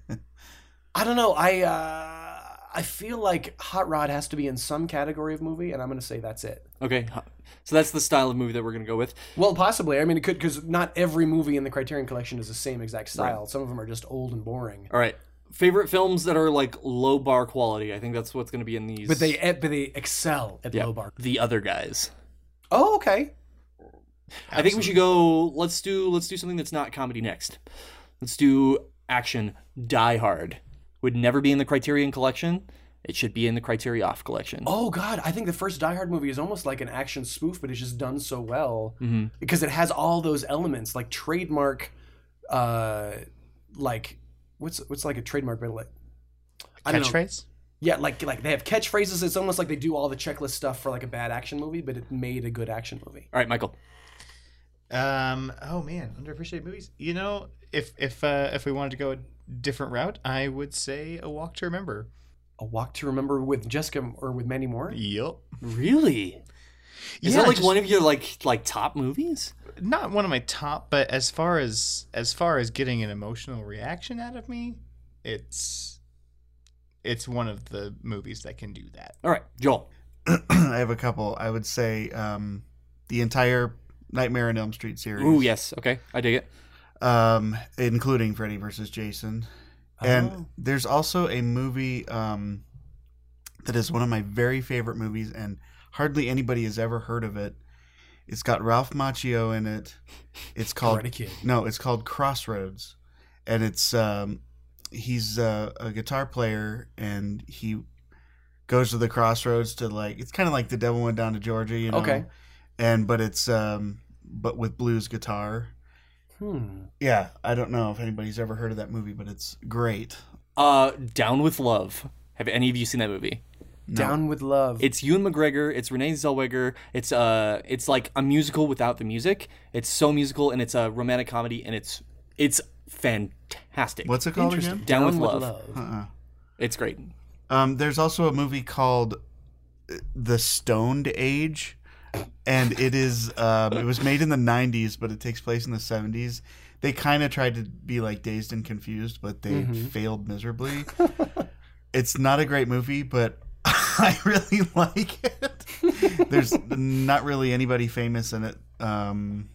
Speaker 4: I don't know. I uh, I feel like Hot Rod has to be in some category of movie, and I'm going to say that's it.
Speaker 1: Okay, huh. so that's the style of movie that we're gonna go with.
Speaker 4: Well, possibly. I mean, it could because not every movie in the Criterion Collection is the same exact style. Some of them are just old and boring.
Speaker 1: All right, favorite films that are like low bar quality. I think that's what's gonna be in these.
Speaker 4: But they eh, but they excel at
Speaker 1: yeah,
Speaker 4: low bar.
Speaker 1: the other guys.
Speaker 4: Oh, okay.
Speaker 1: I think we should go. Let's do let's do something that's not comedy next. Let's do action. Die Hard would never be in the Criterion collection. It should be in the Criteria Off collection.
Speaker 4: Oh God, I think the first Die Hard movie is almost like an action spoof, but it's just done so well
Speaker 1: Mhm.
Speaker 4: because it has all those elements like trademark, uh, like what's what's like a trademark, but like I don't know.
Speaker 2: Catchphrase?
Speaker 4: Yeah, like like they have catchphrases. It's almost like they do all the checklist stuff for like a bad action movie, but it made a good action movie.
Speaker 1: All right, Michael.
Speaker 2: Um. Oh man, underappreciated movies. You know, if if uh, if we wanted to go a different route, I would say A Walk to Remember.
Speaker 4: A Walk to Remember with Jessica or with Mandy Moore.
Speaker 2: Yep.
Speaker 1: Really? Is
Speaker 2: Yeah,
Speaker 1: that like
Speaker 2: just-
Speaker 1: one of your like like top movies?
Speaker 2: Not one of my top, but as far as as far as getting an emotional reaction out of me, it's it's one of the movies that can do that.
Speaker 1: All right, Joel.
Speaker 3: [laughs] I have a couple. I would say um, the entire Nightmare on Elm Street series.
Speaker 1: Ooh, yes. Okay, I dig it.
Speaker 3: um, including Freddy versus Jason. And
Speaker 4: Oh.
Speaker 3: there's also a movie um, that is one of my very favorite movies, and hardly anybody has ever heard of it. It's got Ralph Macchio in it. It's called
Speaker 4: Karate Kid.
Speaker 3: no, it's called Crossroads, and it's um, he's uh, a guitar player, and he goes to the crossroads to like it's kind of like the devil went down to Georgia, you know.
Speaker 4: Okay.
Speaker 3: And but it's um, but with blues guitar.
Speaker 4: Hmm.
Speaker 3: Yeah, I don't know if anybody's ever heard of that movie, but it's great.
Speaker 1: Uh, Down with Love. Have any of you seen that movie?
Speaker 3: No.
Speaker 4: Down with Love.
Speaker 1: It's Ewan McGregor. It's Renee Zellweger. It's uh, it's like a musical without the music. It's so musical and it's a romantic comedy and it's it's fantastic.
Speaker 3: What's it called again?
Speaker 1: Down, with, love. Hmm.
Speaker 3: Uh-uh.
Speaker 1: It's great.
Speaker 3: Um, there's also a movie called uh, The Stoned Age, and it is um, it was made in the '90s, but it takes place in the '70s. They kind of tried to be like dazed and confused, but they
Speaker 4: Mm-hmm.
Speaker 3: failed miserably. it's not a great movie, but [laughs] I really [laughs] like it. There's not really anybody famous in it, um,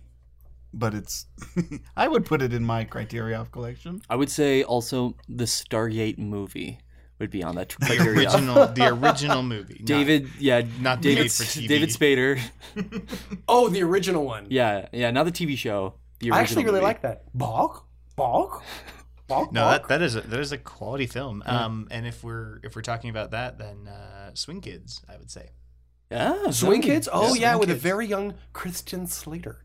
Speaker 3: but it's [laughs] I would put it in my criteria of collection.
Speaker 1: I would say also the Stargate movie would be on that
Speaker 2: The
Speaker 1: criteria.
Speaker 2: original, the original movie.
Speaker 1: [laughs]
Speaker 2: not-
Speaker 1: David, yeah,
Speaker 2: not the
Speaker 1: David,
Speaker 2: made-for-TV.
Speaker 1: David Spader.
Speaker 4: Oh, the original one.
Speaker 1: Yeah, yeah, not the TV show. The
Speaker 4: I
Speaker 1: original
Speaker 4: actually really
Speaker 1: movie.
Speaker 4: like that. Balk? Balk? Balk?
Speaker 2: No,
Speaker 4: balk?
Speaker 2: that, that is a, that is a quality film. Um, and if we're if we're talking about that, then uh, Swing Kids, I would say,
Speaker 1: Yeah,
Speaker 4: Swing Kids? Oh,
Speaker 2: Swing
Speaker 4: yeah, with a
Speaker 2: Kids.
Speaker 4: very young Christian Slater.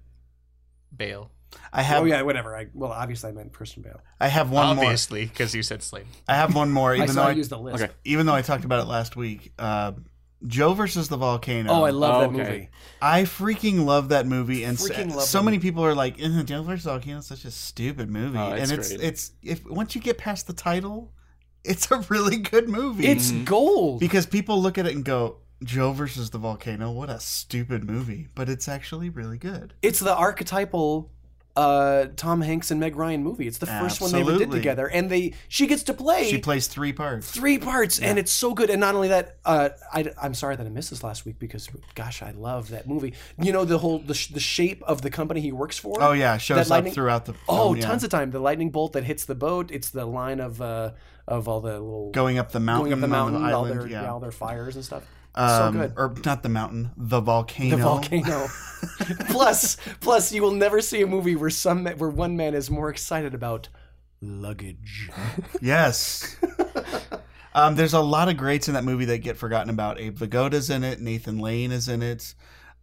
Speaker 2: Bale,
Speaker 3: I have
Speaker 4: Oh, yeah, whatever. I Well, obviously, I meant Christian Bale.
Speaker 3: I have one more.
Speaker 2: obviously, because you said Slade.
Speaker 3: I have one more,
Speaker 4: [laughs] I
Speaker 3: even though
Speaker 4: saw
Speaker 3: I,
Speaker 4: you use the list.
Speaker 1: Okay.
Speaker 3: even though I talked about it last week. Uh, Joe versus the volcano.
Speaker 4: Oh, I love that
Speaker 1: Okay.
Speaker 4: movie.
Speaker 3: I freaking love that movie, and
Speaker 4: Freaking
Speaker 3: so,
Speaker 4: love
Speaker 3: so
Speaker 4: that
Speaker 3: many people are like, "Eh, "Joe versus the volcano is such a stupid movie,"
Speaker 1: Oh, it's
Speaker 3: and it's
Speaker 1: great.
Speaker 3: it's if once you get past the title, it's a really good
Speaker 1: Mm-hmm.
Speaker 3: movie.
Speaker 4: It's gold.
Speaker 3: because people look at it and go, "Joe versus the volcano, what a stupid movie," but it's actually really good.
Speaker 4: it's the archetypal uh, Tom Hanks and Meg Ryan movie. It's the first one they ever did
Speaker 3: Absolutely.
Speaker 4: together. And they she gets to play
Speaker 3: She plays three parts.
Speaker 4: three parts and it's so good and not only that uh, I, i'm sorry that i missed this last week because gosh i love that movie you know the whole the, sh- the shape of the company he works for
Speaker 3: Oh yeah, shows
Speaker 4: That
Speaker 3: up
Speaker 4: lightning-
Speaker 3: throughout the.
Speaker 4: oh
Speaker 3: film, yeah.
Speaker 4: tons of time the lightning bolt that hits the boat it's the line of uh of all the little
Speaker 3: going up the mountain,
Speaker 4: going up the mountain
Speaker 3: on the
Speaker 4: all
Speaker 3: island.
Speaker 4: their
Speaker 3: yeah,
Speaker 4: all their fires and stuff
Speaker 3: um,
Speaker 4: so good
Speaker 3: Or not the mountain, the volcano.
Speaker 4: the [laughs] volcano plus plus you will never see a movie where some ma- where one man is more excited about
Speaker 3: [laughs]
Speaker 4: luggage
Speaker 3: [laughs] Yes. um, there's a lot of greats in that movie that get forgotten about. Abe Vigoda's in it. Nathan Lane is in it.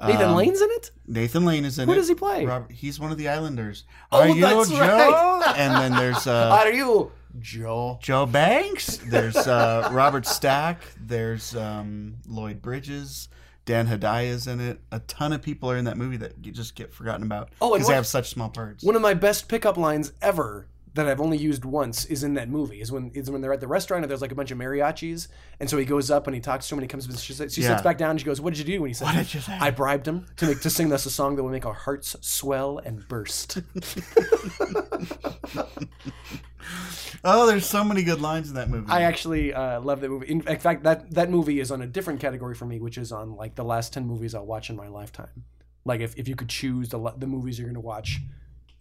Speaker 4: nathan
Speaker 3: Um,
Speaker 4: lane's in it
Speaker 3: Nathan Lane is in
Speaker 4: Who
Speaker 3: it.
Speaker 4: does he play?
Speaker 3: Robert, he's one of the Islanders.
Speaker 4: Oh,
Speaker 3: Are you
Speaker 4: that's
Speaker 3: Joe?
Speaker 4: [laughs] right.
Speaker 3: and then there's uh,
Speaker 4: are you joe
Speaker 3: Joe Banks. There's uh, Robert Stack. There's um, Lloyd Bridges. Dan Hadaya's in it. A ton of people are in that movie that you just get forgotten about
Speaker 4: Oh, and
Speaker 3: because they
Speaker 4: what-
Speaker 3: have such small parts.
Speaker 4: One of my best pickup lines ever that I've only used once is in that movie. Is when is when they're at the restaurant and there's like a bunch of mariachis, and so he goes up and he talks to him and he comes. and She, sits- she
Speaker 3: Yeah.
Speaker 4: sits back down and she goes, "What did you do?" And he says,
Speaker 3: What did you say?
Speaker 4: "I bribed him to make to sing us a song that would make our hearts swell and burst."
Speaker 3: Oh, there's so many good lines in that movie.
Speaker 4: I
Speaker 3: [laughs]
Speaker 4: actually uh, love that movie. In in fact, that that movie is on a different category for me, which is on like the last ten movies I'll watch in my lifetime. Like if, if you could choose the le- the movies you're gonna watch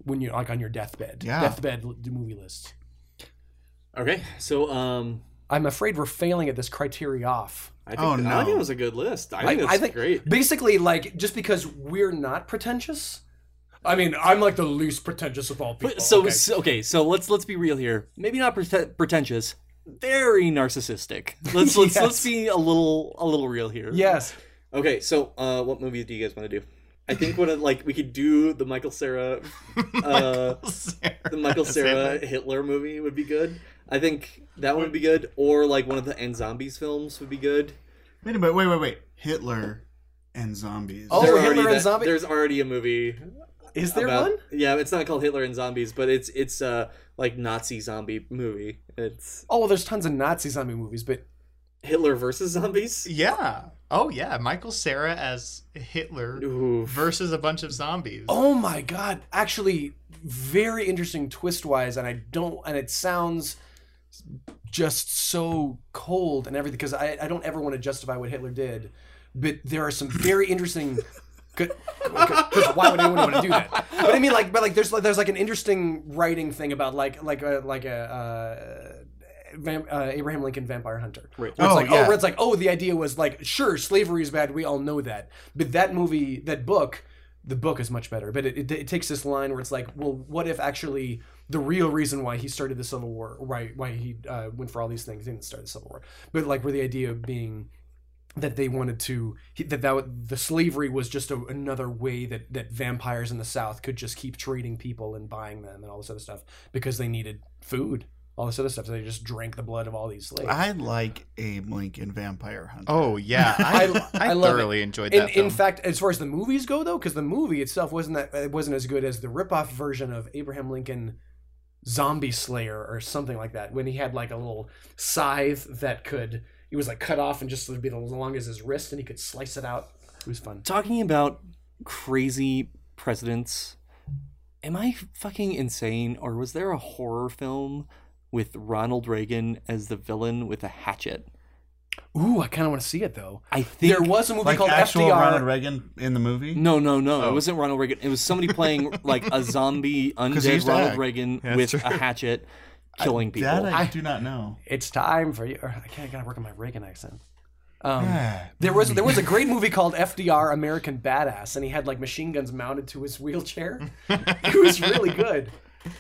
Speaker 4: when you're like on your deathbed,
Speaker 3: Yeah.
Speaker 4: deathbed l- the movie list.
Speaker 1: Okay, so um,
Speaker 4: I'm afraid we're failing at this criteria off.
Speaker 1: I think,
Speaker 3: Oh,
Speaker 1: that- I think
Speaker 3: no.
Speaker 1: it was a good list. I think
Speaker 4: I-
Speaker 1: that's
Speaker 4: I think-
Speaker 1: great.
Speaker 4: Basically, like just because we're not pretentious. I mean, I'm like the least pretentious of all people.
Speaker 1: But so
Speaker 4: okay.
Speaker 1: okay. so okay, so let's let's be real here. Maybe not prete- pretentious, very [laughs] narcissistic. Let's let's let's
Speaker 4: Yes.
Speaker 1: be a little a little real here.
Speaker 4: yes,
Speaker 1: Okay, so uh, what movie do you guys want to do? I think what uh, like we could do the Michael
Speaker 4: [laughs]
Speaker 1: Sarah, uh, the Michael Sarah Hitler movie would be good. I think that one would be good, or like one of the End Zombies films would be good.
Speaker 3: Wait a minute. Wait, wait, wait. Hitler and zombies.
Speaker 4: Oh,
Speaker 1: There are
Speaker 4: Hitler
Speaker 1: already
Speaker 4: and
Speaker 1: that-
Speaker 4: Zombie-
Speaker 1: There's already a movie.
Speaker 4: is there
Speaker 1: about-
Speaker 4: one?
Speaker 1: Yeah, it's not called Hitler and Zombies, but it's it's uh like Nazi zombie movie. It's
Speaker 4: Oh, well, there's tons of Nazi zombie movies, but
Speaker 1: Hitler versus zombies.
Speaker 2: Yeah. Oh yeah. Michael Sarah as Hitler
Speaker 1: Ooh.
Speaker 2: versus a bunch of zombies.
Speaker 4: Oh my god! Actually, very interesting twist wise, and I don't, and it sounds just so cold and everything because I, I don't ever want to justify what Hitler did, but there are some very interesting. Because why would anyone want to do that? But I mean, like, but like, there's like, there's like an interesting writing thing about like like a like a. Uh, Vam- uh, Abraham Lincoln Vampire Hunter.
Speaker 1: Right.
Speaker 4: Where it's
Speaker 3: Oh,
Speaker 4: like, oh,
Speaker 3: yeah.
Speaker 4: where it's like, oh, the idea was like, sure, slavery is bad. We all know that. But that movie, that book, the book is much better. But it, it, it takes this line where it's like, well, what if actually the real reason why he started the Civil War, why why he uh, went for all these things, he didn't start the Civil War, but like, where the idea being that they wanted to he- that that would- the slavery was just a, another way that that vampires in the South could just keep trading people and buying them and all this other stuff because they needed food, all this other stuff. So they just drank the blood of all these slaves.
Speaker 3: I like Abe Lincoln Vampire Hunter.
Speaker 2: Oh yeah. I, I,
Speaker 4: [laughs] I love
Speaker 2: thoroughly enjoyed
Speaker 4: in,
Speaker 2: that. film.
Speaker 4: in fact, as far as the movies go, though, because the movie itself wasn't that it wasn't as good as the ripoff version of Abraham Lincoln Zombie Slayer or something like that, when he had like a little scythe that could it was like cut off and just would be as long as his wrist, and he could slice it out. It was fun.
Speaker 1: Talking about crazy presidents. Am I fucking insane, or was there a horror film with Ronald Reagan as the villain with a hatchet?
Speaker 4: Ooh, I kind of want to see it though.
Speaker 1: I think
Speaker 4: there was a movie
Speaker 3: like
Speaker 4: called
Speaker 3: actual
Speaker 4: FDR.
Speaker 3: Ronald Reagan in the movie.
Speaker 1: No, no, no. It wasn't Ronald Reagan. It was somebody [laughs] playing like a
Speaker 3: [laughs]
Speaker 1: zombie
Speaker 3: he
Speaker 1: undead
Speaker 3: used to
Speaker 1: Ronald
Speaker 3: act.
Speaker 1: Reagan
Speaker 2: Yeah,
Speaker 1: with
Speaker 2: that's
Speaker 1: a hatchet, killing people.
Speaker 3: That I, do not know.
Speaker 4: It's time for you. or I can't. I gotta work on my Reagan accent. Um,
Speaker 3: Yeah.
Speaker 4: There was there was a great movie called FDR American Badass, and he had like machine guns mounted to his wheelchair. [laughs] it was really good.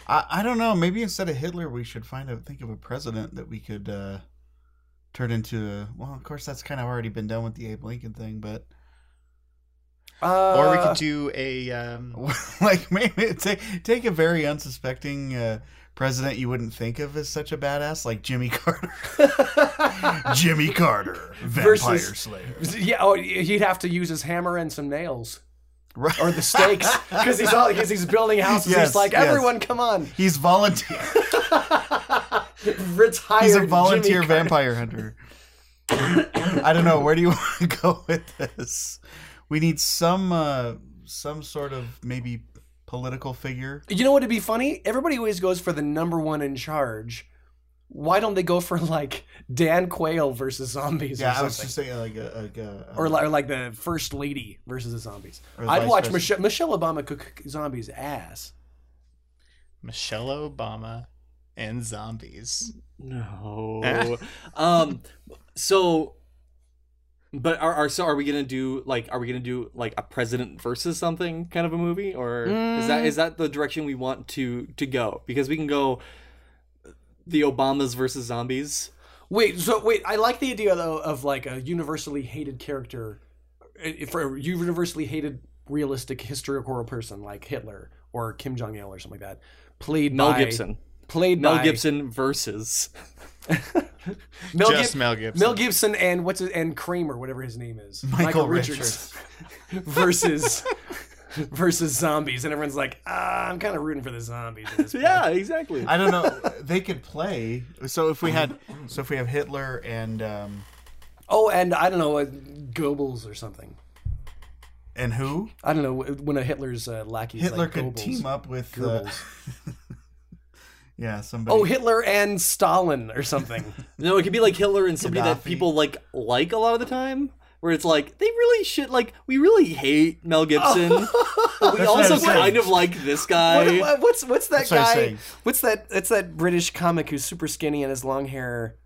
Speaker 3: I, I don't know. Maybe instead of Hitler, we should find a think of a president that we could uh, turn into. A, well, of course, that's kind of already been done with the Abe Lincoln thing, but [laughs]
Speaker 4: Uh,
Speaker 2: or we could do a um,
Speaker 3: like maybe [laughs] take take a very unsuspecting uh, president you wouldn't think of as such a badass, like Jimmy
Speaker 4: [laughs]
Speaker 3: Carter. Jimmy Carter, vampire
Speaker 4: Versus-
Speaker 3: slayer.
Speaker 4: [laughs] Yeah, oh, he'd have to use his hammer and some nails
Speaker 3: Right.
Speaker 4: or
Speaker 3: [laughs]
Speaker 4: the stakes because he's all because he's building houses.
Speaker 3: Yes,
Speaker 4: he's like,
Speaker 3: yes.
Speaker 4: everyone, come on, [laughs]
Speaker 3: He's volunteer. [laughs]
Speaker 4: retire.
Speaker 3: He's a volunteer
Speaker 4: Jimmy Carter.
Speaker 3: vampire hunter. [coughs] I don't know. Where do you [laughs] want to go with this? We need some uh, some sort of maybe political figure.
Speaker 4: You know what would be funny? Everybody always goes for the number one in charge. Why don't they go for like Dan Quayle versus zombies?
Speaker 3: Yeah, I
Speaker 4: or
Speaker 3: was
Speaker 4: something?
Speaker 3: just saying like a, a, a
Speaker 4: or, li- or like the first lady versus the zombies.
Speaker 3: Or
Speaker 4: I'd
Speaker 3: vice
Speaker 4: watch
Speaker 3: versa.
Speaker 4: Michelle, Michelle Obama cook zombies ass.
Speaker 2: Michelle Obama and zombies.
Speaker 1: No. [laughs] um. So, but are, are so are we gonna do like are we gonna do like a president versus something kind of a movie or is that is that the direction we want to to go because we can go the Obamas versus zombies.
Speaker 4: Wait, so wait, I like the idea though of like a universally hated character eh, for a universally hated realistic historical person like Hitler or Kim Jong Il or something like that, played
Speaker 1: Mel
Speaker 4: by
Speaker 1: Gibson.
Speaker 4: played
Speaker 1: Mel
Speaker 4: by
Speaker 1: Gibson versus.
Speaker 4: Mel,
Speaker 2: Just
Speaker 4: Gib-
Speaker 2: Mel Gibson.
Speaker 4: Mel Gibson and what's his, and Kramer, whatever his name is,
Speaker 3: Michael Richards.
Speaker 4: [laughs] versus versus zombies, and everyone's like, ah, I'm kind of rooting for the zombies. At this point.
Speaker 1: [laughs] yeah, exactly.
Speaker 3: I don't know. [laughs] They could play. So if we
Speaker 4: [coughs]
Speaker 3: had, so if we have Hitler and um,
Speaker 4: Oh, and I don't know, uh, Goebbels or something.
Speaker 3: and who
Speaker 4: I don't know when a Hitler's uh, lackey. is
Speaker 3: Hitler
Speaker 4: like
Speaker 3: could
Speaker 4: Goebbels.
Speaker 3: team up with. Uh,
Speaker 4: Goebbels.
Speaker 3: [laughs] yeah, somebody.
Speaker 4: Oh, Hitler and Stalin or something.
Speaker 1: No, it could be like Hitler and somebody
Speaker 3: Gaddafi.
Speaker 1: that people like like a lot of the time. Where it's like they really should like we really hate Mel Gibson, but we
Speaker 3: That's what I
Speaker 1: also
Speaker 3: was saying.
Speaker 1: kind of like this guy.
Speaker 4: What- what's what's that
Speaker 3: what I was
Speaker 4: guy?
Speaker 3: saying.
Speaker 4: What's that? That's that British comic who's super skinny and has long hair.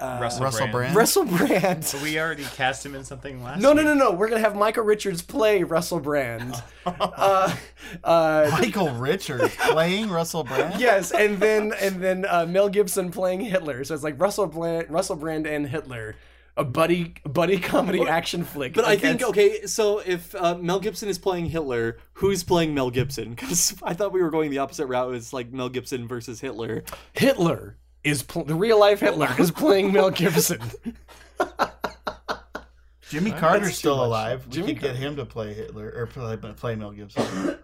Speaker 4: Uh,
Speaker 3: Russell Brand.
Speaker 4: Russell Brand.
Speaker 2: So we already cast him in something last.
Speaker 4: [laughs] No, no,
Speaker 2: week.
Speaker 4: no, no. We're gonna have Michael Richards play Russell Brand. uh, uh,
Speaker 3: Michael Richards playing Russell
Speaker 4: [laughs]
Speaker 3: Brand.
Speaker 4: yes, and then and then uh, Mel Gibson playing Hitler. So it's like Russell Brand, Russell Brand and Hitler, a buddy buddy comedy action flick.
Speaker 1: But I think
Speaker 4: against-
Speaker 1: okay, so if uh, Mel Gibson is playing Hitler, who's playing Mel Gibson? Because I thought we were going the opposite route. It's like Mel Gibson versus Hitler.
Speaker 4: Hitler is pl- the real life Hitler is playing Mel Gibson.
Speaker 3: Jimmy Carter's
Speaker 2: that's
Speaker 3: still
Speaker 2: too much.
Speaker 3: alive. We
Speaker 4: Jimmy
Speaker 3: could get him to play Hitler or play, play Mel Gibson.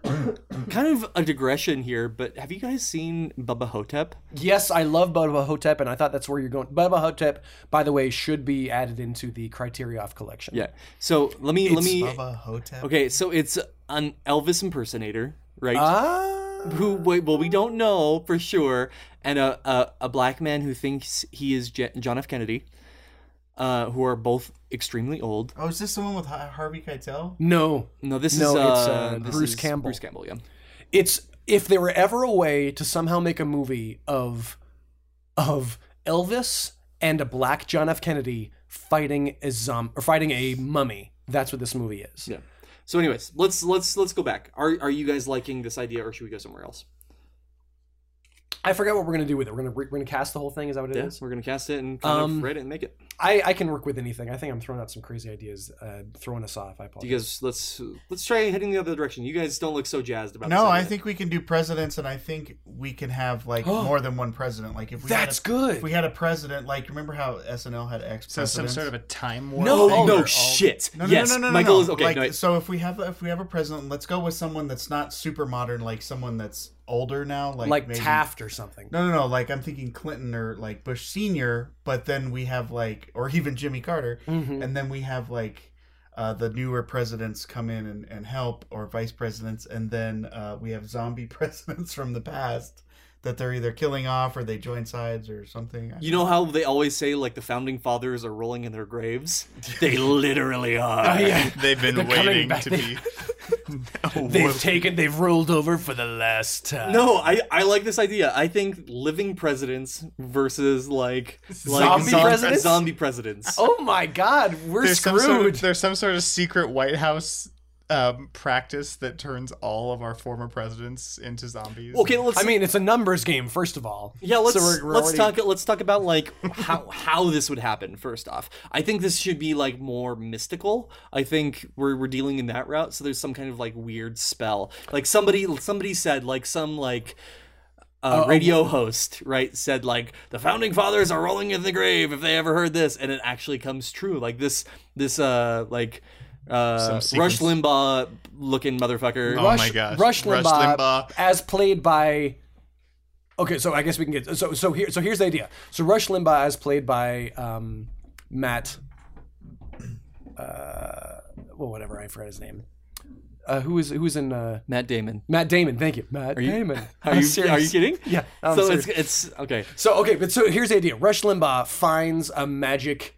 Speaker 1: Kind of a digression here, but have you guys seen Bubba Hotep?
Speaker 4: Yes, I love Bubba Hotep, and I thought that's where you're going. Bubba Hotep, by the way, should be added into the Criterioff collection.
Speaker 1: Yeah. So let me let me.
Speaker 3: Bubba Hotep.
Speaker 1: Okay, so it's an Elvis impersonator, right?
Speaker 4: Ah.
Speaker 1: who wait, well we don't know for sure and a, a, a black man who thinks he is Je- john f kennedy uh, who are both extremely old
Speaker 3: Oh, is this the one with Har- Harvey Keitel?
Speaker 4: No,
Speaker 1: no this
Speaker 4: No,
Speaker 1: is
Speaker 4: it's,
Speaker 1: uh,
Speaker 4: uh,
Speaker 1: this
Speaker 4: Bruce
Speaker 1: is
Speaker 4: Campbell.
Speaker 1: bruce campbell yeah
Speaker 4: it's if there were ever a way to somehow make a movie of of Elvis and a black John F. Kennedy fighting a zom or fighting a mummy. That's what this movie is.
Speaker 1: yeah so anyways let's let's let's go back are are you guys liking this idea or should we go somewhere else
Speaker 4: I forgot what we're gonna do with it. We're gonna re- we're gonna cast the whole thing. Is that what it is?
Speaker 1: yes we're gonna cast it and kind
Speaker 4: Um,
Speaker 1: of write it and make it
Speaker 4: I I can work with anything. I think I'm throwing out some crazy ideas, uh, throwing us off. I apologize.
Speaker 1: you guys let's let's try heading the other direction you guys don't look so jazzed about
Speaker 3: No,
Speaker 1: this
Speaker 3: I
Speaker 1: idea.
Speaker 3: think we can do presidents, and I think we can have like more than one president. Like if we
Speaker 4: That's
Speaker 3: had a,
Speaker 4: good.
Speaker 3: If we had a president, like remember how SNL had ex
Speaker 2: So some sort of a time warp.
Speaker 1: no
Speaker 2: thing
Speaker 1: oh,
Speaker 2: where
Speaker 1: no
Speaker 2: all-
Speaker 1: shit
Speaker 3: No, no,
Speaker 1: yes
Speaker 3: no, no, no,
Speaker 1: michael
Speaker 3: no.
Speaker 1: is okay
Speaker 3: Like,
Speaker 1: no, wait.
Speaker 3: so if we have if we have a president, let's go with someone that's not super modern, like someone that's older now, like
Speaker 4: like
Speaker 3: maybe,
Speaker 4: Taft or something.
Speaker 3: No, no, no. Like I'm thinking Clinton or like Bush Senior, but then we have like, or even Jimmy Carter,
Speaker 1: Mm-hmm.
Speaker 3: and then we have like uh, the newer presidents come in and, and help, or vice presidents, and then uh, we have zombie [laughs] presidents from the past that they're either killing off or they join sides or something. I-
Speaker 1: You know how they always say like the founding fathers are rolling in their graves? [laughs] They literally are.
Speaker 2: [laughs] They've been
Speaker 4: They're coming
Speaker 2: waiting
Speaker 4: back.
Speaker 2: to be.
Speaker 4: [laughs]
Speaker 2: [laughs]
Speaker 4: They've taken. They've rolled over for the last time.
Speaker 1: No, I, I like this idea. I think living presidents versus like like
Speaker 4: Zombie
Speaker 1: zom-
Speaker 4: presidents?
Speaker 1: Zombie presidents.
Speaker 4: Oh my God, we're
Speaker 2: There's some,
Speaker 4: screwed.
Speaker 2: sort of, there's some sort of secret White House um, practice that turns all of our former presidents into zombies.
Speaker 1: Okay, let's.
Speaker 4: I mean, it's a numbers game, first of all.
Speaker 1: yeah, let's
Speaker 4: So we're- we're
Speaker 1: let's
Speaker 4: already-
Speaker 1: talk. Let's talk about like how how this would happen. First off, I think this should be like more mystical. I think we're we're dealing in that route. So there's some kind of like weird spell. Like somebody somebody said like some like uh, radio host, right, said like the founding fathers are rolling in the grave if they ever heard this, and it actually comes true. Like this, this, uh, like uh,
Speaker 2: Some
Speaker 1: Rush
Speaker 2: sequence.
Speaker 1: Limbaugh looking motherfucker.
Speaker 2: Oh my gosh.
Speaker 4: Rush Limbaugh,
Speaker 2: Rush Limbaugh.
Speaker 4: as played by. Okay, so I guess we can get so so here so here's the idea. So Rush Limbaugh as played by um, Matt. Uh, well, whatever I forgot his name. Uh, who is who is in uh,
Speaker 1: Matt Damon.
Speaker 4: Matt Damon? Thank you, Matt Damon.
Speaker 1: [laughs] Are
Speaker 4: I'm
Speaker 1: you
Speaker 4: serious.
Speaker 1: are you kidding?
Speaker 4: Yeah, I'm
Speaker 1: so
Speaker 4: serious.
Speaker 1: it's it's okay.
Speaker 4: So okay, but so here's the idea. Rush Limbaugh finds a magic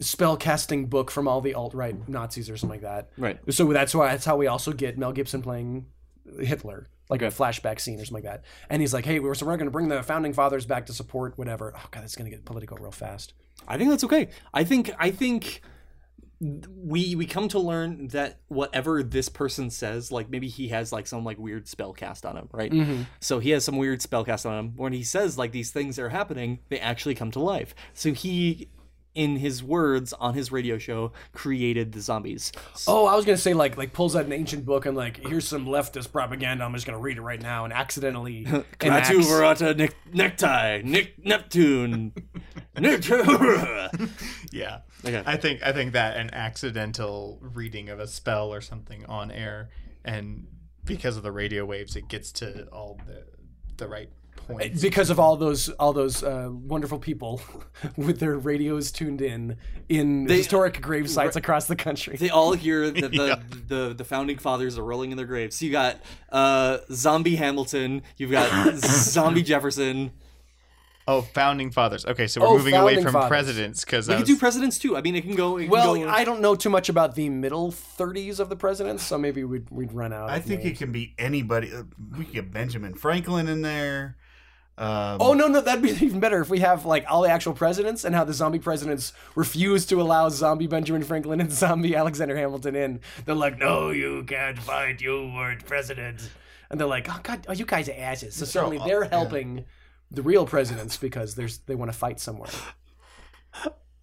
Speaker 4: spell casting book from all the alt right Nazis or something like that.
Speaker 1: Right.
Speaker 4: So that's why that's how we also get Mel Gibson playing Hitler, like a flashback scene or something like that. And he's like, "Hey, we're so we're going to bring the founding fathers back to support whatever." Oh god, it's going to get political real fast.
Speaker 1: I think that's okay. I think I think we we come to learn that whatever this person says, like maybe he has like some like weird spell cast on him, right? So he has some weird spell cast on him. When he says like these things are happening, they actually come to life. So he in his words on his radio show created the zombies.
Speaker 4: Oh, I was going to say like like pulls out an ancient book and like, "Here's some leftist propaganda. I'm just going to read it right now." And accidentally enacts-
Speaker 1: Natu Verata nec- necktie, Nick Neptune. [laughs] Neptune.
Speaker 2: Yeah.
Speaker 1: Okay.
Speaker 2: I think I think that an accidental reading of a spell or something on air and because of the radio waves, it gets to all the the right points.
Speaker 4: because of all those all those uh, wonderful people [laughs] with their radios tuned in in historic grave sites across the country.
Speaker 1: They all hear that the, the the founding fathers are rolling in their graves. So you got uh, zombie Hamilton, you've
Speaker 4: [laughs]
Speaker 1: got zombie Jefferson.
Speaker 2: Oh, founding fathers. Okay, so we're
Speaker 4: Oh,
Speaker 2: moving away
Speaker 4: founding
Speaker 2: from
Speaker 4: fathers.
Speaker 2: presidents because
Speaker 1: We could do presidents too. I mean, it can go. It
Speaker 4: [laughs] well,
Speaker 1: can go,
Speaker 4: I don't know too much about the middle 30s of the presidents, so maybe we'd, we'd run out.
Speaker 3: I
Speaker 4: of
Speaker 3: think
Speaker 4: names.
Speaker 3: it can be anybody. Uh, We could get Benjamin Franklin in there. Um,
Speaker 4: Oh no, no, that'd be [laughs] even better if we have like all the actual presidents and how the zombie presidents refuse to allow zombie Benjamin Franklin and [laughs] zombie Alexander Hamilton in. They're like, "No, you can't fight. You weren't president." And they're like, "Oh God, are you guys are asses?" So certainly they're helping the real presidents because there's they want to fight somewhere.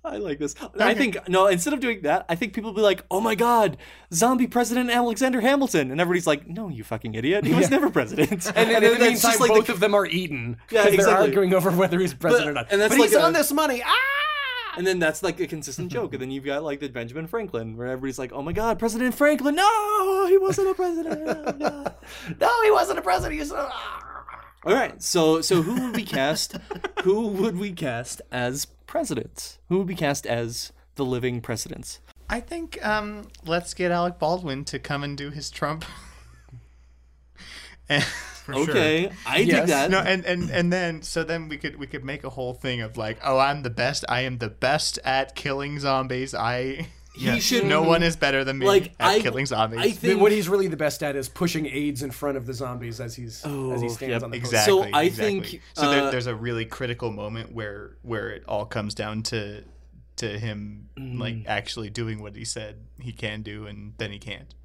Speaker 1: I like this. I think no. Instead of doing that, I think people will be like, "Oh my God, zombie president Alexander Hamilton," and everybody's like, "No, you fucking idiot. He was never president."
Speaker 4: And, and, in the
Speaker 1: that's
Speaker 4: meantime,
Speaker 1: just like
Speaker 4: both
Speaker 1: the,
Speaker 4: of them are eaten
Speaker 1: Yeah,
Speaker 4: because they're
Speaker 1: exactly.
Speaker 4: arguing over whether he's president or not.
Speaker 1: and that's
Speaker 4: but
Speaker 1: like
Speaker 4: he's
Speaker 1: a-
Speaker 4: on this money. Ah!
Speaker 1: and then that's like a consistent joke. And then you've got like the Benjamin Franklin, where everybody's like, "Oh my God, President Franklin! No, he wasn't a president." No.
Speaker 4: No, he wasn't a president. He was. ah.
Speaker 1: All right. So so who would we cast? who would we cast as presidents? Who would be cast as the living presidents?
Speaker 2: I think um, let's get Alec Baldwin to come and do his Trump. [laughs] and,
Speaker 3: for
Speaker 1: Okay, I
Speaker 4: Yes.
Speaker 1: dig that.
Speaker 2: no, and, and and then so then we could we could make a whole thing of like, oh, I'm the best. I am the best at killing zombies. I
Speaker 1: he should.
Speaker 2: no one is better than me
Speaker 1: Like,
Speaker 2: at
Speaker 1: I-
Speaker 2: killing zombies.
Speaker 1: I
Speaker 4: Th-
Speaker 1: think
Speaker 4: what he's really the best at is pushing AIDS in front of the zombies as he's as he
Speaker 1: Oh,
Speaker 4: stands
Speaker 1: yep,
Speaker 4: on the post.
Speaker 2: Exactly.
Speaker 1: So I
Speaker 2: exactly.
Speaker 1: think,
Speaker 2: so. There,
Speaker 1: uh,
Speaker 2: there's a really critical moment where where it all comes down to to him like actually doing what he said he can do, and then he can't.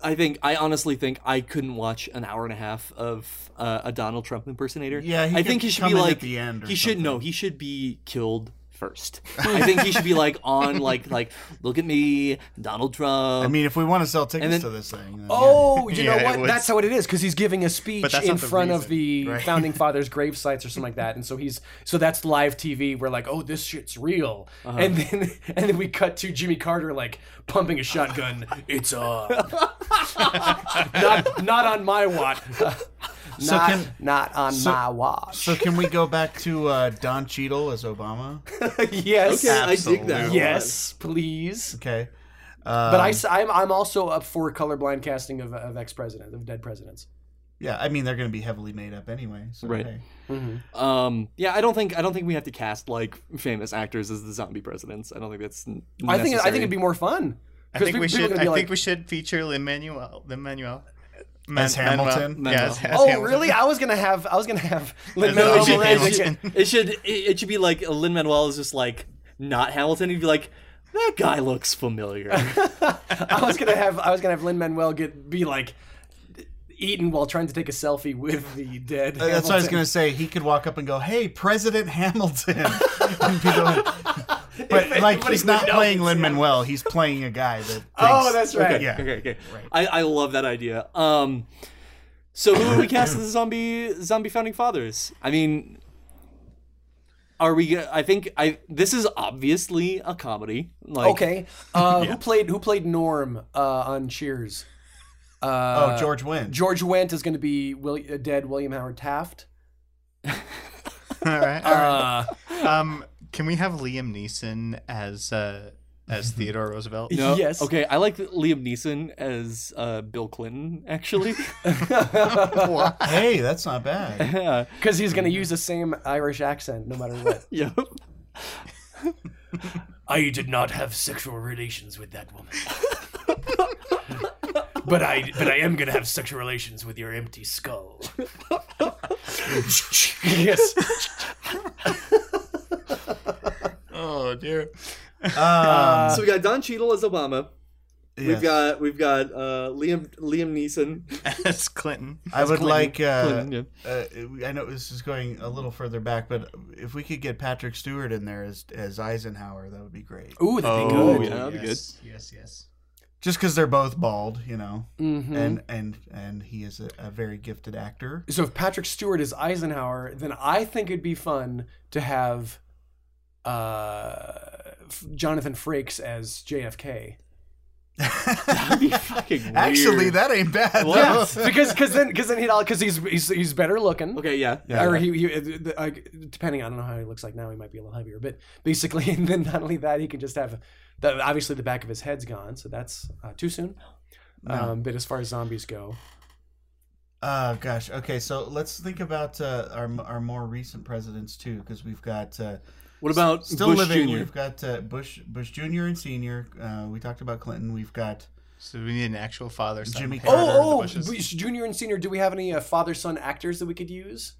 Speaker 1: I think I honestly think I couldn't watch an hour and a half of uh, a Donald Trump impersonator.
Speaker 3: Yeah, he
Speaker 1: I
Speaker 3: could
Speaker 1: think he should
Speaker 3: come
Speaker 1: be
Speaker 3: in at
Speaker 1: like
Speaker 3: the end or
Speaker 1: he should no, he should be killed
Speaker 3: [laughs]
Speaker 1: first. I think he should be like on like like look at me, Donald Trump.
Speaker 3: I mean, if we want to sell tickets
Speaker 1: then-
Speaker 3: to this thing, then
Speaker 2: [laughs]
Speaker 4: Oh,
Speaker 2: Yeah,
Speaker 4: you know
Speaker 2: it
Speaker 4: what?
Speaker 2: was-
Speaker 4: That's how it is because he's giving a speech
Speaker 2: that's
Speaker 4: in
Speaker 2: not the
Speaker 4: front of
Speaker 2: reason, [laughs]
Speaker 4: the founding fathers' grave sites or something like that, and so he's so that's live TV. We're like, oh, this shit's real,
Speaker 2: Uh-huh.
Speaker 4: and then [laughs] and then we cut to Jimmy Carter like pumping a shotgun.
Speaker 2: [laughs]
Speaker 4: it's up. not not on my watch. not,
Speaker 3: can-
Speaker 4: not on
Speaker 3: so-
Speaker 4: my watch.
Speaker 3: So can we go back to uh, Don Cheadle as Obama?
Speaker 4: [laughs] yes.
Speaker 1: okay, I dig that.
Speaker 4: Yes, please.
Speaker 3: Okay. Um,
Speaker 4: But
Speaker 2: Um,
Speaker 4: I, s- I'm, I'm also up for colorblind casting of, of ex presidents, of dead presidents.
Speaker 3: Yeah, I mean they're going to be heavily made up anyway. So,
Speaker 1: Right.
Speaker 3: hey.
Speaker 2: Mm-hmm.
Speaker 1: Um yeah, I don't think I don't think we have to cast like famous actors as the zombie presidents. I don't think that's n-
Speaker 4: I think, I think
Speaker 1: necessary.
Speaker 4: it'd be more fun.
Speaker 2: I
Speaker 4: 'Cause
Speaker 2: think
Speaker 4: pe-
Speaker 2: we
Speaker 4: people are
Speaker 2: should.
Speaker 4: gonna
Speaker 2: I
Speaker 4: be
Speaker 2: think
Speaker 4: like,
Speaker 2: we should feature Lin Manuel. Lin Manuel.
Speaker 3: As Hamilton?
Speaker 2: Manuel. Yeah, as, as
Speaker 4: Oh,
Speaker 2: Hamilton.
Speaker 4: really? I was gonna have, I was
Speaker 2: [laughs]
Speaker 4: gonna have. Like,
Speaker 2: No,
Speaker 4: no,
Speaker 2: we should-
Speaker 4: Hamilton.
Speaker 2: we should-
Speaker 1: it should it, it should be like Lin Manuel is just like not Hamilton. He'd be like that guy looks familiar. [laughs]
Speaker 4: I was gonna have, I was gonna have Lin Manuel get be like eaten while trying to take a selfie with the dead.
Speaker 3: Uh, That's what I was
Speaker 4: Hamilton.
Speaker 3: going to say. He could walk up and go, "Hey, President Hamilton," [laughs] and people.
Speaker 4: [laughs]
Speaker 3: Would, but like
Speaker 4: everybody
Speaker 3: he's
Speaker 4: would
Speaker 3: not
Speaker 4: know
Speaker 3: playing
Speaker 4: it's
Speaker 3: Lin Manuel. He's playing a guy that. Thinks,
Speaker 4: [laughs] Oh, that's right.
Speaker 3: yeah.
Speaker 1: okay, okay. I, I love that idea. Um, so who do we cast as the zombie zombie founding fathers? I mean, are we? go- I think I this is obviously a comedy. Like,
Speaker 4: Okay. Uh, Who played, who played Norm uh, on Cheers?
Speaker 3: Oh, George Wendt.
Speaker 4: George Wendt is gonna be Will, uh, dead William Howard Taft.
Speaker 2: [laughs] All right. All right. um, can we have Liam Neeson as uh, as Theodore Roosevelt?
Speaker 1: No,
Speaker 4: Yes.
Speaker 1: Okay, I like Liam Neeson as uh, Bill Clinton.
Speaker 3: [laughs]
Speaker 1: Actually, [laughs]
Speaker 3: Hey, that's not bad.
Speaker 1: yeah,
Speaker 4: Because he's
Speaker 2: Mm-hmm.
Speaker 4: going to use the same Irish accent no matter what.
Speaker 1: yeah.
Speaker 3: Uh,
Speaker 4: I did not have sexual relations with that woman. [laughs] but I but I am going to have sexual relations with your empty skull. yes.
Speaker 2: Oh dear.
Speaker 3: Um,
Speaker 1: so we got Don Cheadle as Obama.
Speaker 3: yes.
Speaker 1: Uh, We've got we've got uh, Liam Liam [laughs] Neeson.
Speaker 2: [laughs] As Clinton.
Speaker 3: I would like. Uh,
Speaker 1: Clinton, yeah. [laughs]
Speaker 3: uh, I know this is going a little further back, but if we could get Patrick Stewart in there as as Eisenhower, that would be great.
Speaker 4: Ooh, that'd be
Speaker 1: Oh,
Speaker 4: good.
Speaker 1: yeah. that'd be
Speaker 2: yes, Yes, yes.
Speaker 3: Just because they're both bald, you know,
Speaker 4: Mhm.
Speaker 3: and and and he is a, a very gifted
Speaker 4: [laughs]
Speaker 3: actor. [laughs]
Speaker 4: So if Patrick Stewart is Eisenhower, then I think it'd be fun to have
Speaker 1: [laughs]
Speaker 4: uh, Jonathan Frakes as JFK.
Speaker 1: That'd be fucking weird.
Speaker 3: Actually, that ain't bad.
Speaker 1: Well,
Speaker 3: [laughs] though.
Speaker 4: because because then because then he'd all because he's, he's he's better looking.
Speaker 1: Okay, yeah. yeah,
Speaker 4: or
Speaker 1: yeah.
Speaker 4: he, he uh, the- like, depending, I don't know how he looks like now. He might be a little heavier, but basically, [laughs] and then not only that, he can just have the, obviously the back of his head's gone, so that's uh, too soon. Um, but as far as zombies go,
Speaker 3: Uh, gosh. Okay, so let's think about uh, our our more recent presidents too, because we've got uh,
Speaker 1: What about
Speaker 3: still
Speaker 1: Bush
Speaker 3: living.
Speaker 1: Jr.?
Speaker 3: We've got uh, Bush Bush Jr. and Senior. Uh, we talked about Clinton. We've
Speaker 1: [laughs]
Speaker 3: got
Speaker 2: So we need an actual father. son
Speaker 3: Jimmy
Speaker 2: pair in the
Speaker 3: Carter.
Speaker 4: oh, oh,
Speaker 2: bushes.
Speaker 4: we- junior and senior, do we have any uh, father son actors that we could use?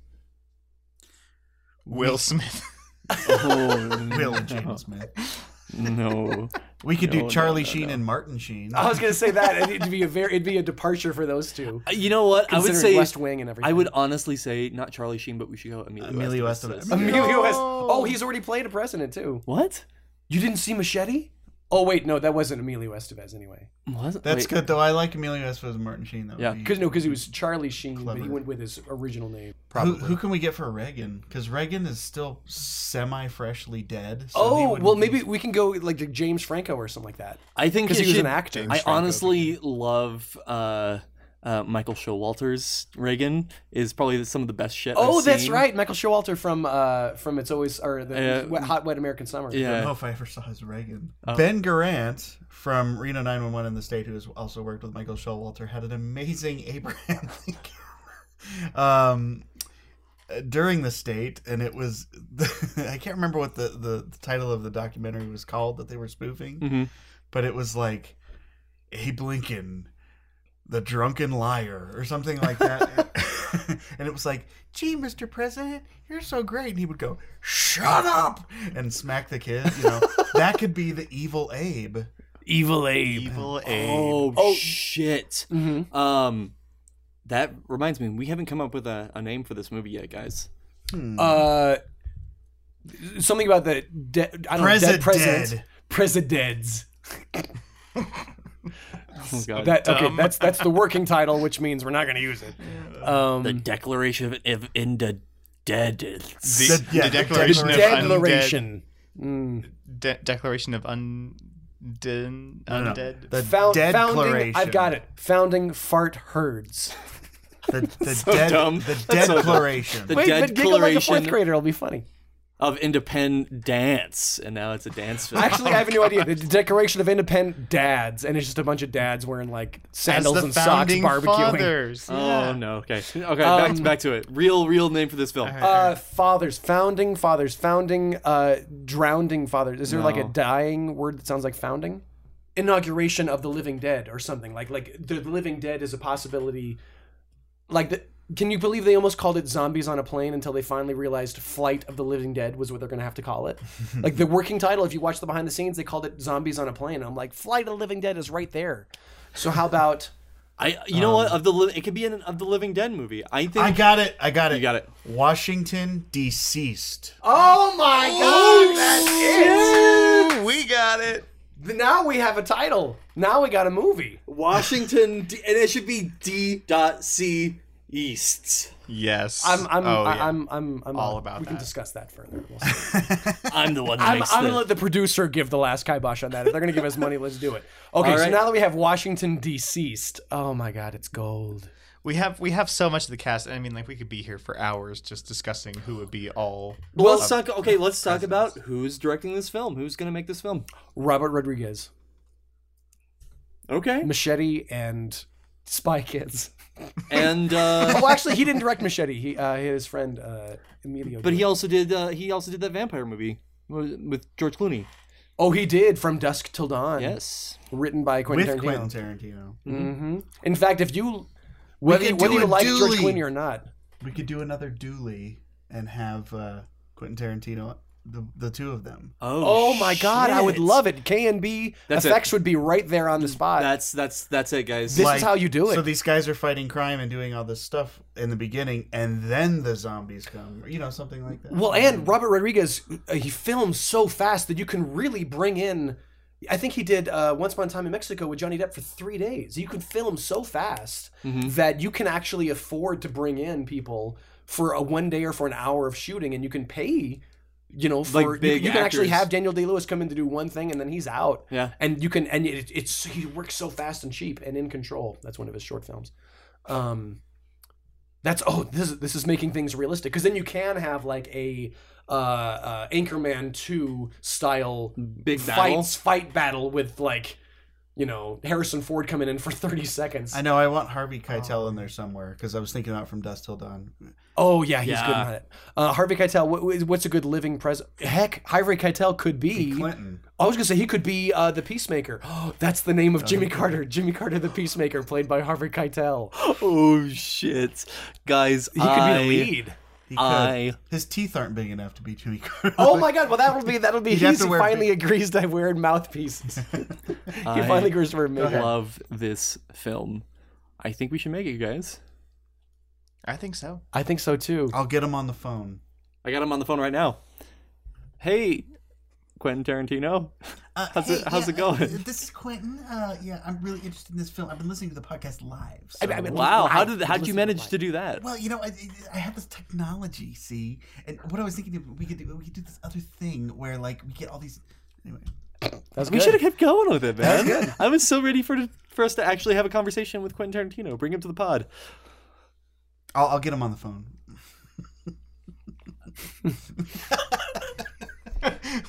Speaker 2: Will Smith.
Speaker 1: Oh,
Speaker 3: Will and James Smith.
Speaker 1: no.
Speaker 3: We could
Speaker 1: No,
Speaker 3: do
Speaker 1: no,
Speaker 3: Charlie
Speaker 1: no,
Speaker 3: Sheen
Speaker 1: no. Oh,
Speaker 3: and Martin Sheen.
Speaker 4: I was gonna say that it'd be a very it'd be a departure for those two.
Speaker 1: Uh, You know what? I would
Speaker 4: considering
Speaker 1: say
Speaker 4: West Wing and everything.
Speaker 1: I would honestly say not Charlie Sheen, but we should go Emilio.
Speaker 3: Emilio
Speaker 1: Estevez.
Speaker 3: Estevez.
Speaker 4: Emilio
Speaker 2: No.
Speaker 4: Estevez. Oh, he's already played a president too.
Speaker 1: What?
Speaker 4: You didn't see Machete? Oh wait, no, that wasn't Emilio Estevez anyway.
Speaker 1: What?
Speaker 3: That's
Speaker 1: Wait.
Speaker 3: good though. I like Emilio Estevez and Martin Sheen. That would
Speaker 1: Yeah.
Speaker 3: be-
Speaker 4: Cause no, because he was Charlie Sheen, but he
Speaker 3: Clever.
Speaker 4: went with his original name.
Speaker 3: Who, who can we get for Reagan? Because Reagan is still semi-freshly dead. so they
Speaker 4: oh
Speaker 3: wouldn't
Speaker 4: well,
Speaker 3: be-
Speaker 4: maybe we can go with, like James Franco or something like that.
Speaker 1: I think
Speaker 4: Because
Speaker 1: it
Speaker 4: he was
Speaker 1: should-
Speaker 4: an actor.
Speaker 1: I honestly love uh, uh, Michael Showalter's Reagan is probably some of the best shit.
Speaker 4: Oh,
Speaker 1: I've
Speaker 4: that's
Speaker 1: seen.
Speaker 4: right, Michael Showalter from uh from It's Always or the
Speaker 1: Uh,
Speaker 4: Wet- Hot Wet American Summer.
Speaker 3: I don't know
Speaker 1: Yeah,
Speaker 3: if I ever saw his Reagan. ben Garant from Reno 911 in the state, who has also worked with Michael Showalter, had an amazing [laughs] Abraham Lincoln um, during the state, and it was [laughs] I can't remember what the, the, the title of the documentary was called that they were spoofing,
Speaker 1: Mhm.
Speaker 3: but it was like Abe Lincoln. The drunken liar, or something like that, and it was like, "Gee, Mr. President, you're so great," and he would go, "Shut up!" and smack the kid. You know, that could be the evil Abe.
Speaker 4: Evil
Speaker 2: [laughs]
Speaker 4: Abe.
Speaker 2: Evil Abe.
Speaker 1: Oh,
Speaker 4: Oh.
Speaker 1: shit.
Speaker 4: hmm
Speaker 1: Um, that reminds me, we haven't come up with a, a name for this movie yet, guys.
Speaker 3: Hmm.
Speaker 4: Uh, something about the de- I don't know, dead
Speaker 3: President.
Speaker 4: president. Presidents.
Speaker 1: Oh god,
Speaker 4: That okay? That's that's the working title, which means we're not going to use it. Um,
Speaker 1: the Declaration of Ind- Independence.
Speaker 2: The,
Speaker 3: The- yeah,
Speaker 2: the
Speaker 3: the
Speaker 2: declaration,
Speaker 3: Declaration.
Speaker 2: of undead,
Speaker 4: declaration. Mm.
Speaker 2: de- declaration of undead,
Speaker 3: no.
Speaker 2: undead.
Speaker 3: The
Speaker 4: Found,
Speaker 3: dead
Speaker 4: founding.
Speaker 3: declaration.
Speaker 4: I've got it. Founding fart herds.
Speaker 3: The, the dead,
Speaker 1: dumb.
Speaker 3: The
Speaker 1: That's
Speaker 3: dead
Speaker 1: so dumb.
Speaker 3: declaration.
Speaker 1: The
Speaker 4: Wait, but giggle like a
Speaker 1: Declaration
Speaker 4: fourth grader. It'll be funny.
Speaker 1: of Independence, and now it's a dance film.
Speaker 4: Actually, I have no idea. The Declaration of Independent Dads, and it's just a bunch of dads wearing like
Speaker 2: As
Speaker 4: sandals
Speaker 2: the
Speaker 4: and socks,
Speaker 2: founding
Speaker 4: barbecuing.
Speaker 2: fathers.
Speaker 1: oh no, okay, okay,
Speaker 4: Um,
Speaker 1: back, back to it. Real, real name for this film.
Speaker 4: Uh, fathers, founding fathers, founding, uh, drowning fathers. Is there like a
Speaker 1: No.
Speaker 4: dying word that sounds like founding? Inauguration of the living dead or something like like the living dead is a possibility. Like the, can you believe they almost called it zombies on a plane until they finally realized flight of the living dead was what they're gonna have to call it. like the working title, if you watch the behind the scenes, they called it zombies on a plane. I'm like, flight of the living dead is right there. So how about?
Speaker 1: I, you know what? Of the li- it could be an of the Living Dead movie. I think
Speaker 3: I got it. I got it.
Speaker 1: You got it.
Speaker 3: Washington deceased.
Speaker 4: Oh my god, that's
Speaker 2: Ooh, we got it.
Speaker 4: it! Now we have a title. Now we got a movie. [laughs]
Speaker 1: Washington, D- and it should be D. Dot C. East.
Speaker 2: Yes.
Speaker 4: I'm I'm
Speaker 2: Oh,
Speaker 4: I,
Speaker 2: yeah.
Speaker 4: I'm I'm I'm
Speaker 2: All
Speaker 4: uh,
Speaker 2: about
Speaker 4: We can
Speaker 2: that.
Speaker 4: discuss that further.
Speaker 2: [laughs]
Speaker 4: We'll see.
Speaker 1: I'm the one that
Speaker 4: I'm,
Speaker 1: makes
Speaker 4: I'm
Speaker 1: the-
Speaker 4: gonna let the producer give the last kibosh on that. If they're gonna give us money, let's [laughs] do it. Okay,
Speaker 1: All
Speaker 4: so
Speaker 1: right.
Speaker 4: now that we have Washington deceased, oh my God, it's gold.
Speaker 2: We have we have so much of the cast. and I mean, like we could be here for hours just discussing who would be all.
Speaker 1: Well, let's talk. Okay, let's talk about who's directing this film. Who's going to make this film?
Speaker 4: Robert Rodriguez,
Speaker 1: Okay.
Speaker 4: Machete, and Spy Kids.
Speaker 1: [laughs]
Speaker 4: [laughs]
Speaker 1: And uh,
Speaker 4: well, actually, he didn't direct Machete. He uh, his friend uh, Emilio.
Speaker 1: but
Speaker 4: did.
Speaker 1: he also did uh, he also did that vampire movie with George Clooney.
Speaker 4: oh he did from Dusk Till Dawn.
Speaker 1: Yes.
Speaker 4: written by Quentin
Speaker 3: With
Speaker 4: Tarantino.
Speaker 3: Quentin Tarantino.
Speaker 4: hmm In fact, if you whether
Speaker 3: could
Speaker 4: you,
Speaker 3: do
Speaker 4: whether you
Speaker 3: a
Speaker 4: like George
Speaker 3: dually.
Speaker 4: Clooney or not,
Speaker 3: We could do another Dooley and have uh, Quentin Tarantino, the, the two of them.
Speaker 1: Oh.
Speaker 4: Oh my god, I would love it. K and B
Speaker 1: That's
Speaker 4: effects would be right there on the spot.
Speaker 1: That's that's that's it, guys.
Speaker 4: This- is how you do it.
Speaker 3: So these guys are fighting crime and doing all this stuff in the beginning, and then the zombies come. You know, something like that.
Speaker 4: well, and Robert Rodriguez, uh, he films so fast that you can really bring in. I think he did uh, Once Upon a Time in Mexico with Johnny Depp for three days. You can film so fast
Speaker 1: Mm-hmm.
Speaker 4: that you can actually afford to bring in people for a one day or for an hour of shooting, and you can pay You know, for
Speaker 1: Like
Speaker 4: you-
Speaker 1: big
Speaker 4: you, can actually
Speaker 1: actors.
Speaker 4: have Daniel Day Lewis come in to do one thing and then he's out.
Speaker 1: Yeah.
Speaker 4: and you can and it, it's he works so fast and cheap and in control. That's one of his short films. Um, that's oh this is this is making things realistic because then you can have like a uh, uh Anchorman two style
Speaker 1: Big battle.
Speaker 4: fights fight battle with like you know Harrison Ford coming in for thirty seconds.
Speaker 3: I know. I want Harvey Keitel in there somewhere because I was thinking about from Dust Till Dawn.
Speaker 4: Oh yeah, he's good
Speaker 1: Yeah.
Speaker 4: at it. Uh, Harvey Keitel, what, what's a good living president? Heck, Harvey Keitel could be.
Speaker 3: Clinton.
Speaker 4: I was gonna say he could be uh, the peacemaker. [gasps] that's the name of Jimmy Carter. Jimmy Carter, the peacemaker, played by Harvey Keitel. [gasps]
Speaker 1: [laughs] Oh shit, guys!
Speaker 4: He could
Speaker 1: I,
Speaker 4: be the
Speaker 1: [laughs]
Speaker 4: lead.
Speaker 3: He could.
Speaker 1: I
Speaker 3: His teeth aren't big enough to be Jimmy Carter.
Speaker 4: Oh my god! Well, that'll be that'll
Speaker 1: [laughs]
Speaker 4: be.
Speaker 3: He'd have
Speaker 4: He
Speaker 3: to wear
Speaker 4: finally agrees to wear mouthpieces. [laughs] he
Speaker 1: I
Speaker 4: finally agrees to wear makeup.
Speaker 1: love this film. I think we should make it, guys.
Speaker 2: I think so.
Speaker 4: I think so too.
Speaker 3: [laughs]
Speaker 1: Oh,
Speaker 3: I'll get him on the phone.
Speaker 1: I got him on the phone right now. Hey, Quentin Tarantino.
Speaker 6: Uh,
Speaker 1: How's it- how's it
Speaker 6: uh,
Speaker 1: going?
Speaker 6: uh, this is Quentin. Uh, yeah, I'm really interested in this film. I've been listening to the podcast live. So.
Speaker 4: I mean,
Speaker 1: Wow, how
Speaker 4: live.
Speaker 1: did how did you
Speaker 4: Listen
Speaker 1: manage
Speaker 4: live.
Speaker 1: to do that?
Speaker 6: well, you know, I, I- I have this technology, see, and what I was thinking of, we could do we could do this other thing where like we get all these. Anyway,
Speaker 4: That's
Speaker 1: We
Speaker 4: good.
Speaker 1: should have kept going with it, man. I was so ready for for us to actually have a conversation with Quentin Tarantino. Bring him to the pod.
Speaker 3: I'll, I'll get him on the phone.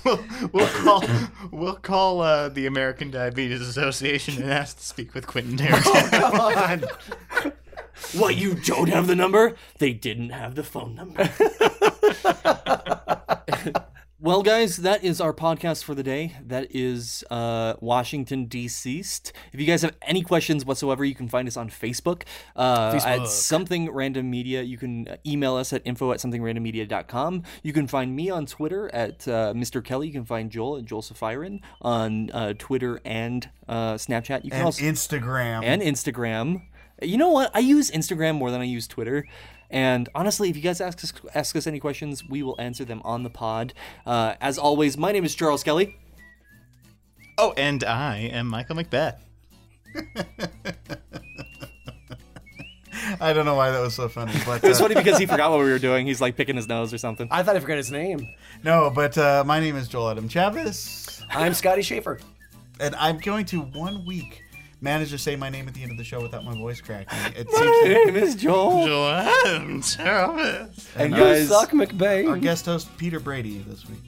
Speaker 2: [laughs] we'll, we'll call we'll call uh, the American Diabetes Association and ask to speak with
Speaker 3: [laughs]
Speaker 2: Quentin
Speaker 3: Oh,
Speaker 2: Tarantino.
Speaker 1: What you don't have the number? They didn't have the phone number. [laughs] well, guys, that is our podcast for the day. That is uh, Washington deceased. If you guys have any questions whatsoever, you can find us on Facebook, uh, at something random media. You can email us at info at somethingrandommedia.com. You can find me on Twitter at uh, Mr. Kelly. You can find Joel at Joel Safirin on uh, Twitter and uh, Snapchat. You can
Speaker 3: And
Speaker 1: also
Speaker 3: Instagram.
Speaker 1: and Instagram. You know what? I use Instagram more than I use Twitter. And honestly, if you guys ask us ask us any questions, we will answer them on the pod. Uh, as always, my name is Charles Kelly.
Speaker 2: oh, and I am Michael Macbeth.
Speaker 3: I don't know why that was so
Speaker 1: [laughs]
Speaker 3: funny, but
Speaker 1: It's
Speaker 3: uh,
Speaker 1: funny because he forgot what we were doing. He's like picking his nose or
Speaker 4: [laughs]
Speaker 1: something.
Speaker 4: I thought I forgot his name.
Speaker 3: no. But uh, my name is Joel Adam Chavez,
Speaker 4: I'm Scotty Schaefer.
Speaker 3: and I'm going to one week manage to say my name at the end of the show without my voice cracking. It seems
Speaker 1: name is Joel.
Speaker 2: Joanne Jarvis.
Speaker 1: And
Speaker 3: You
Speaker 1: guys,
Speaker 3: our
Speaker 4: McBain.
Speaker 3: guest host Peter Brady this week.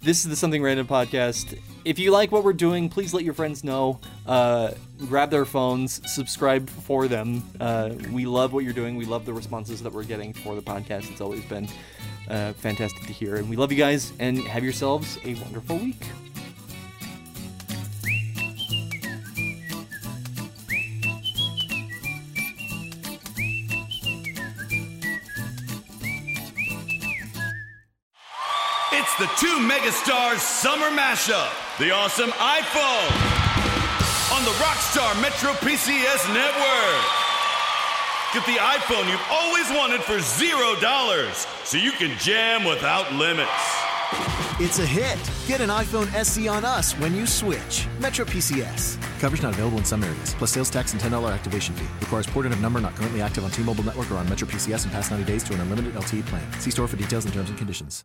Speaker 1: this is the Something Random podcast. If you like what we're doing, please let your friends know. Uh, grab their phones, subscribe for them. Uh, we love what you're doing. We love the responses that we're getting for the podcast. It's always been uh, fantastic to hear. And we love you guys, and have yourselves a wonderful week.
Speaker 8: It's the two megastars summer mashup. The awesome iPhone on the Rockstar Metro PCS network. Get the iPhone you've always wanted for zero dollars, so you can jam without limits.
Speaker 9: It's a hit. Get an iPhone SE on us when you switch. Metro PCS. Coverage not available in some areas, plus sales tax and $10 activation fee. Requires porting of number not currently active on T Mobile Network or on Metro PCS in past 90 days to an unlimited LTE plan. See store for details and terms and conditions.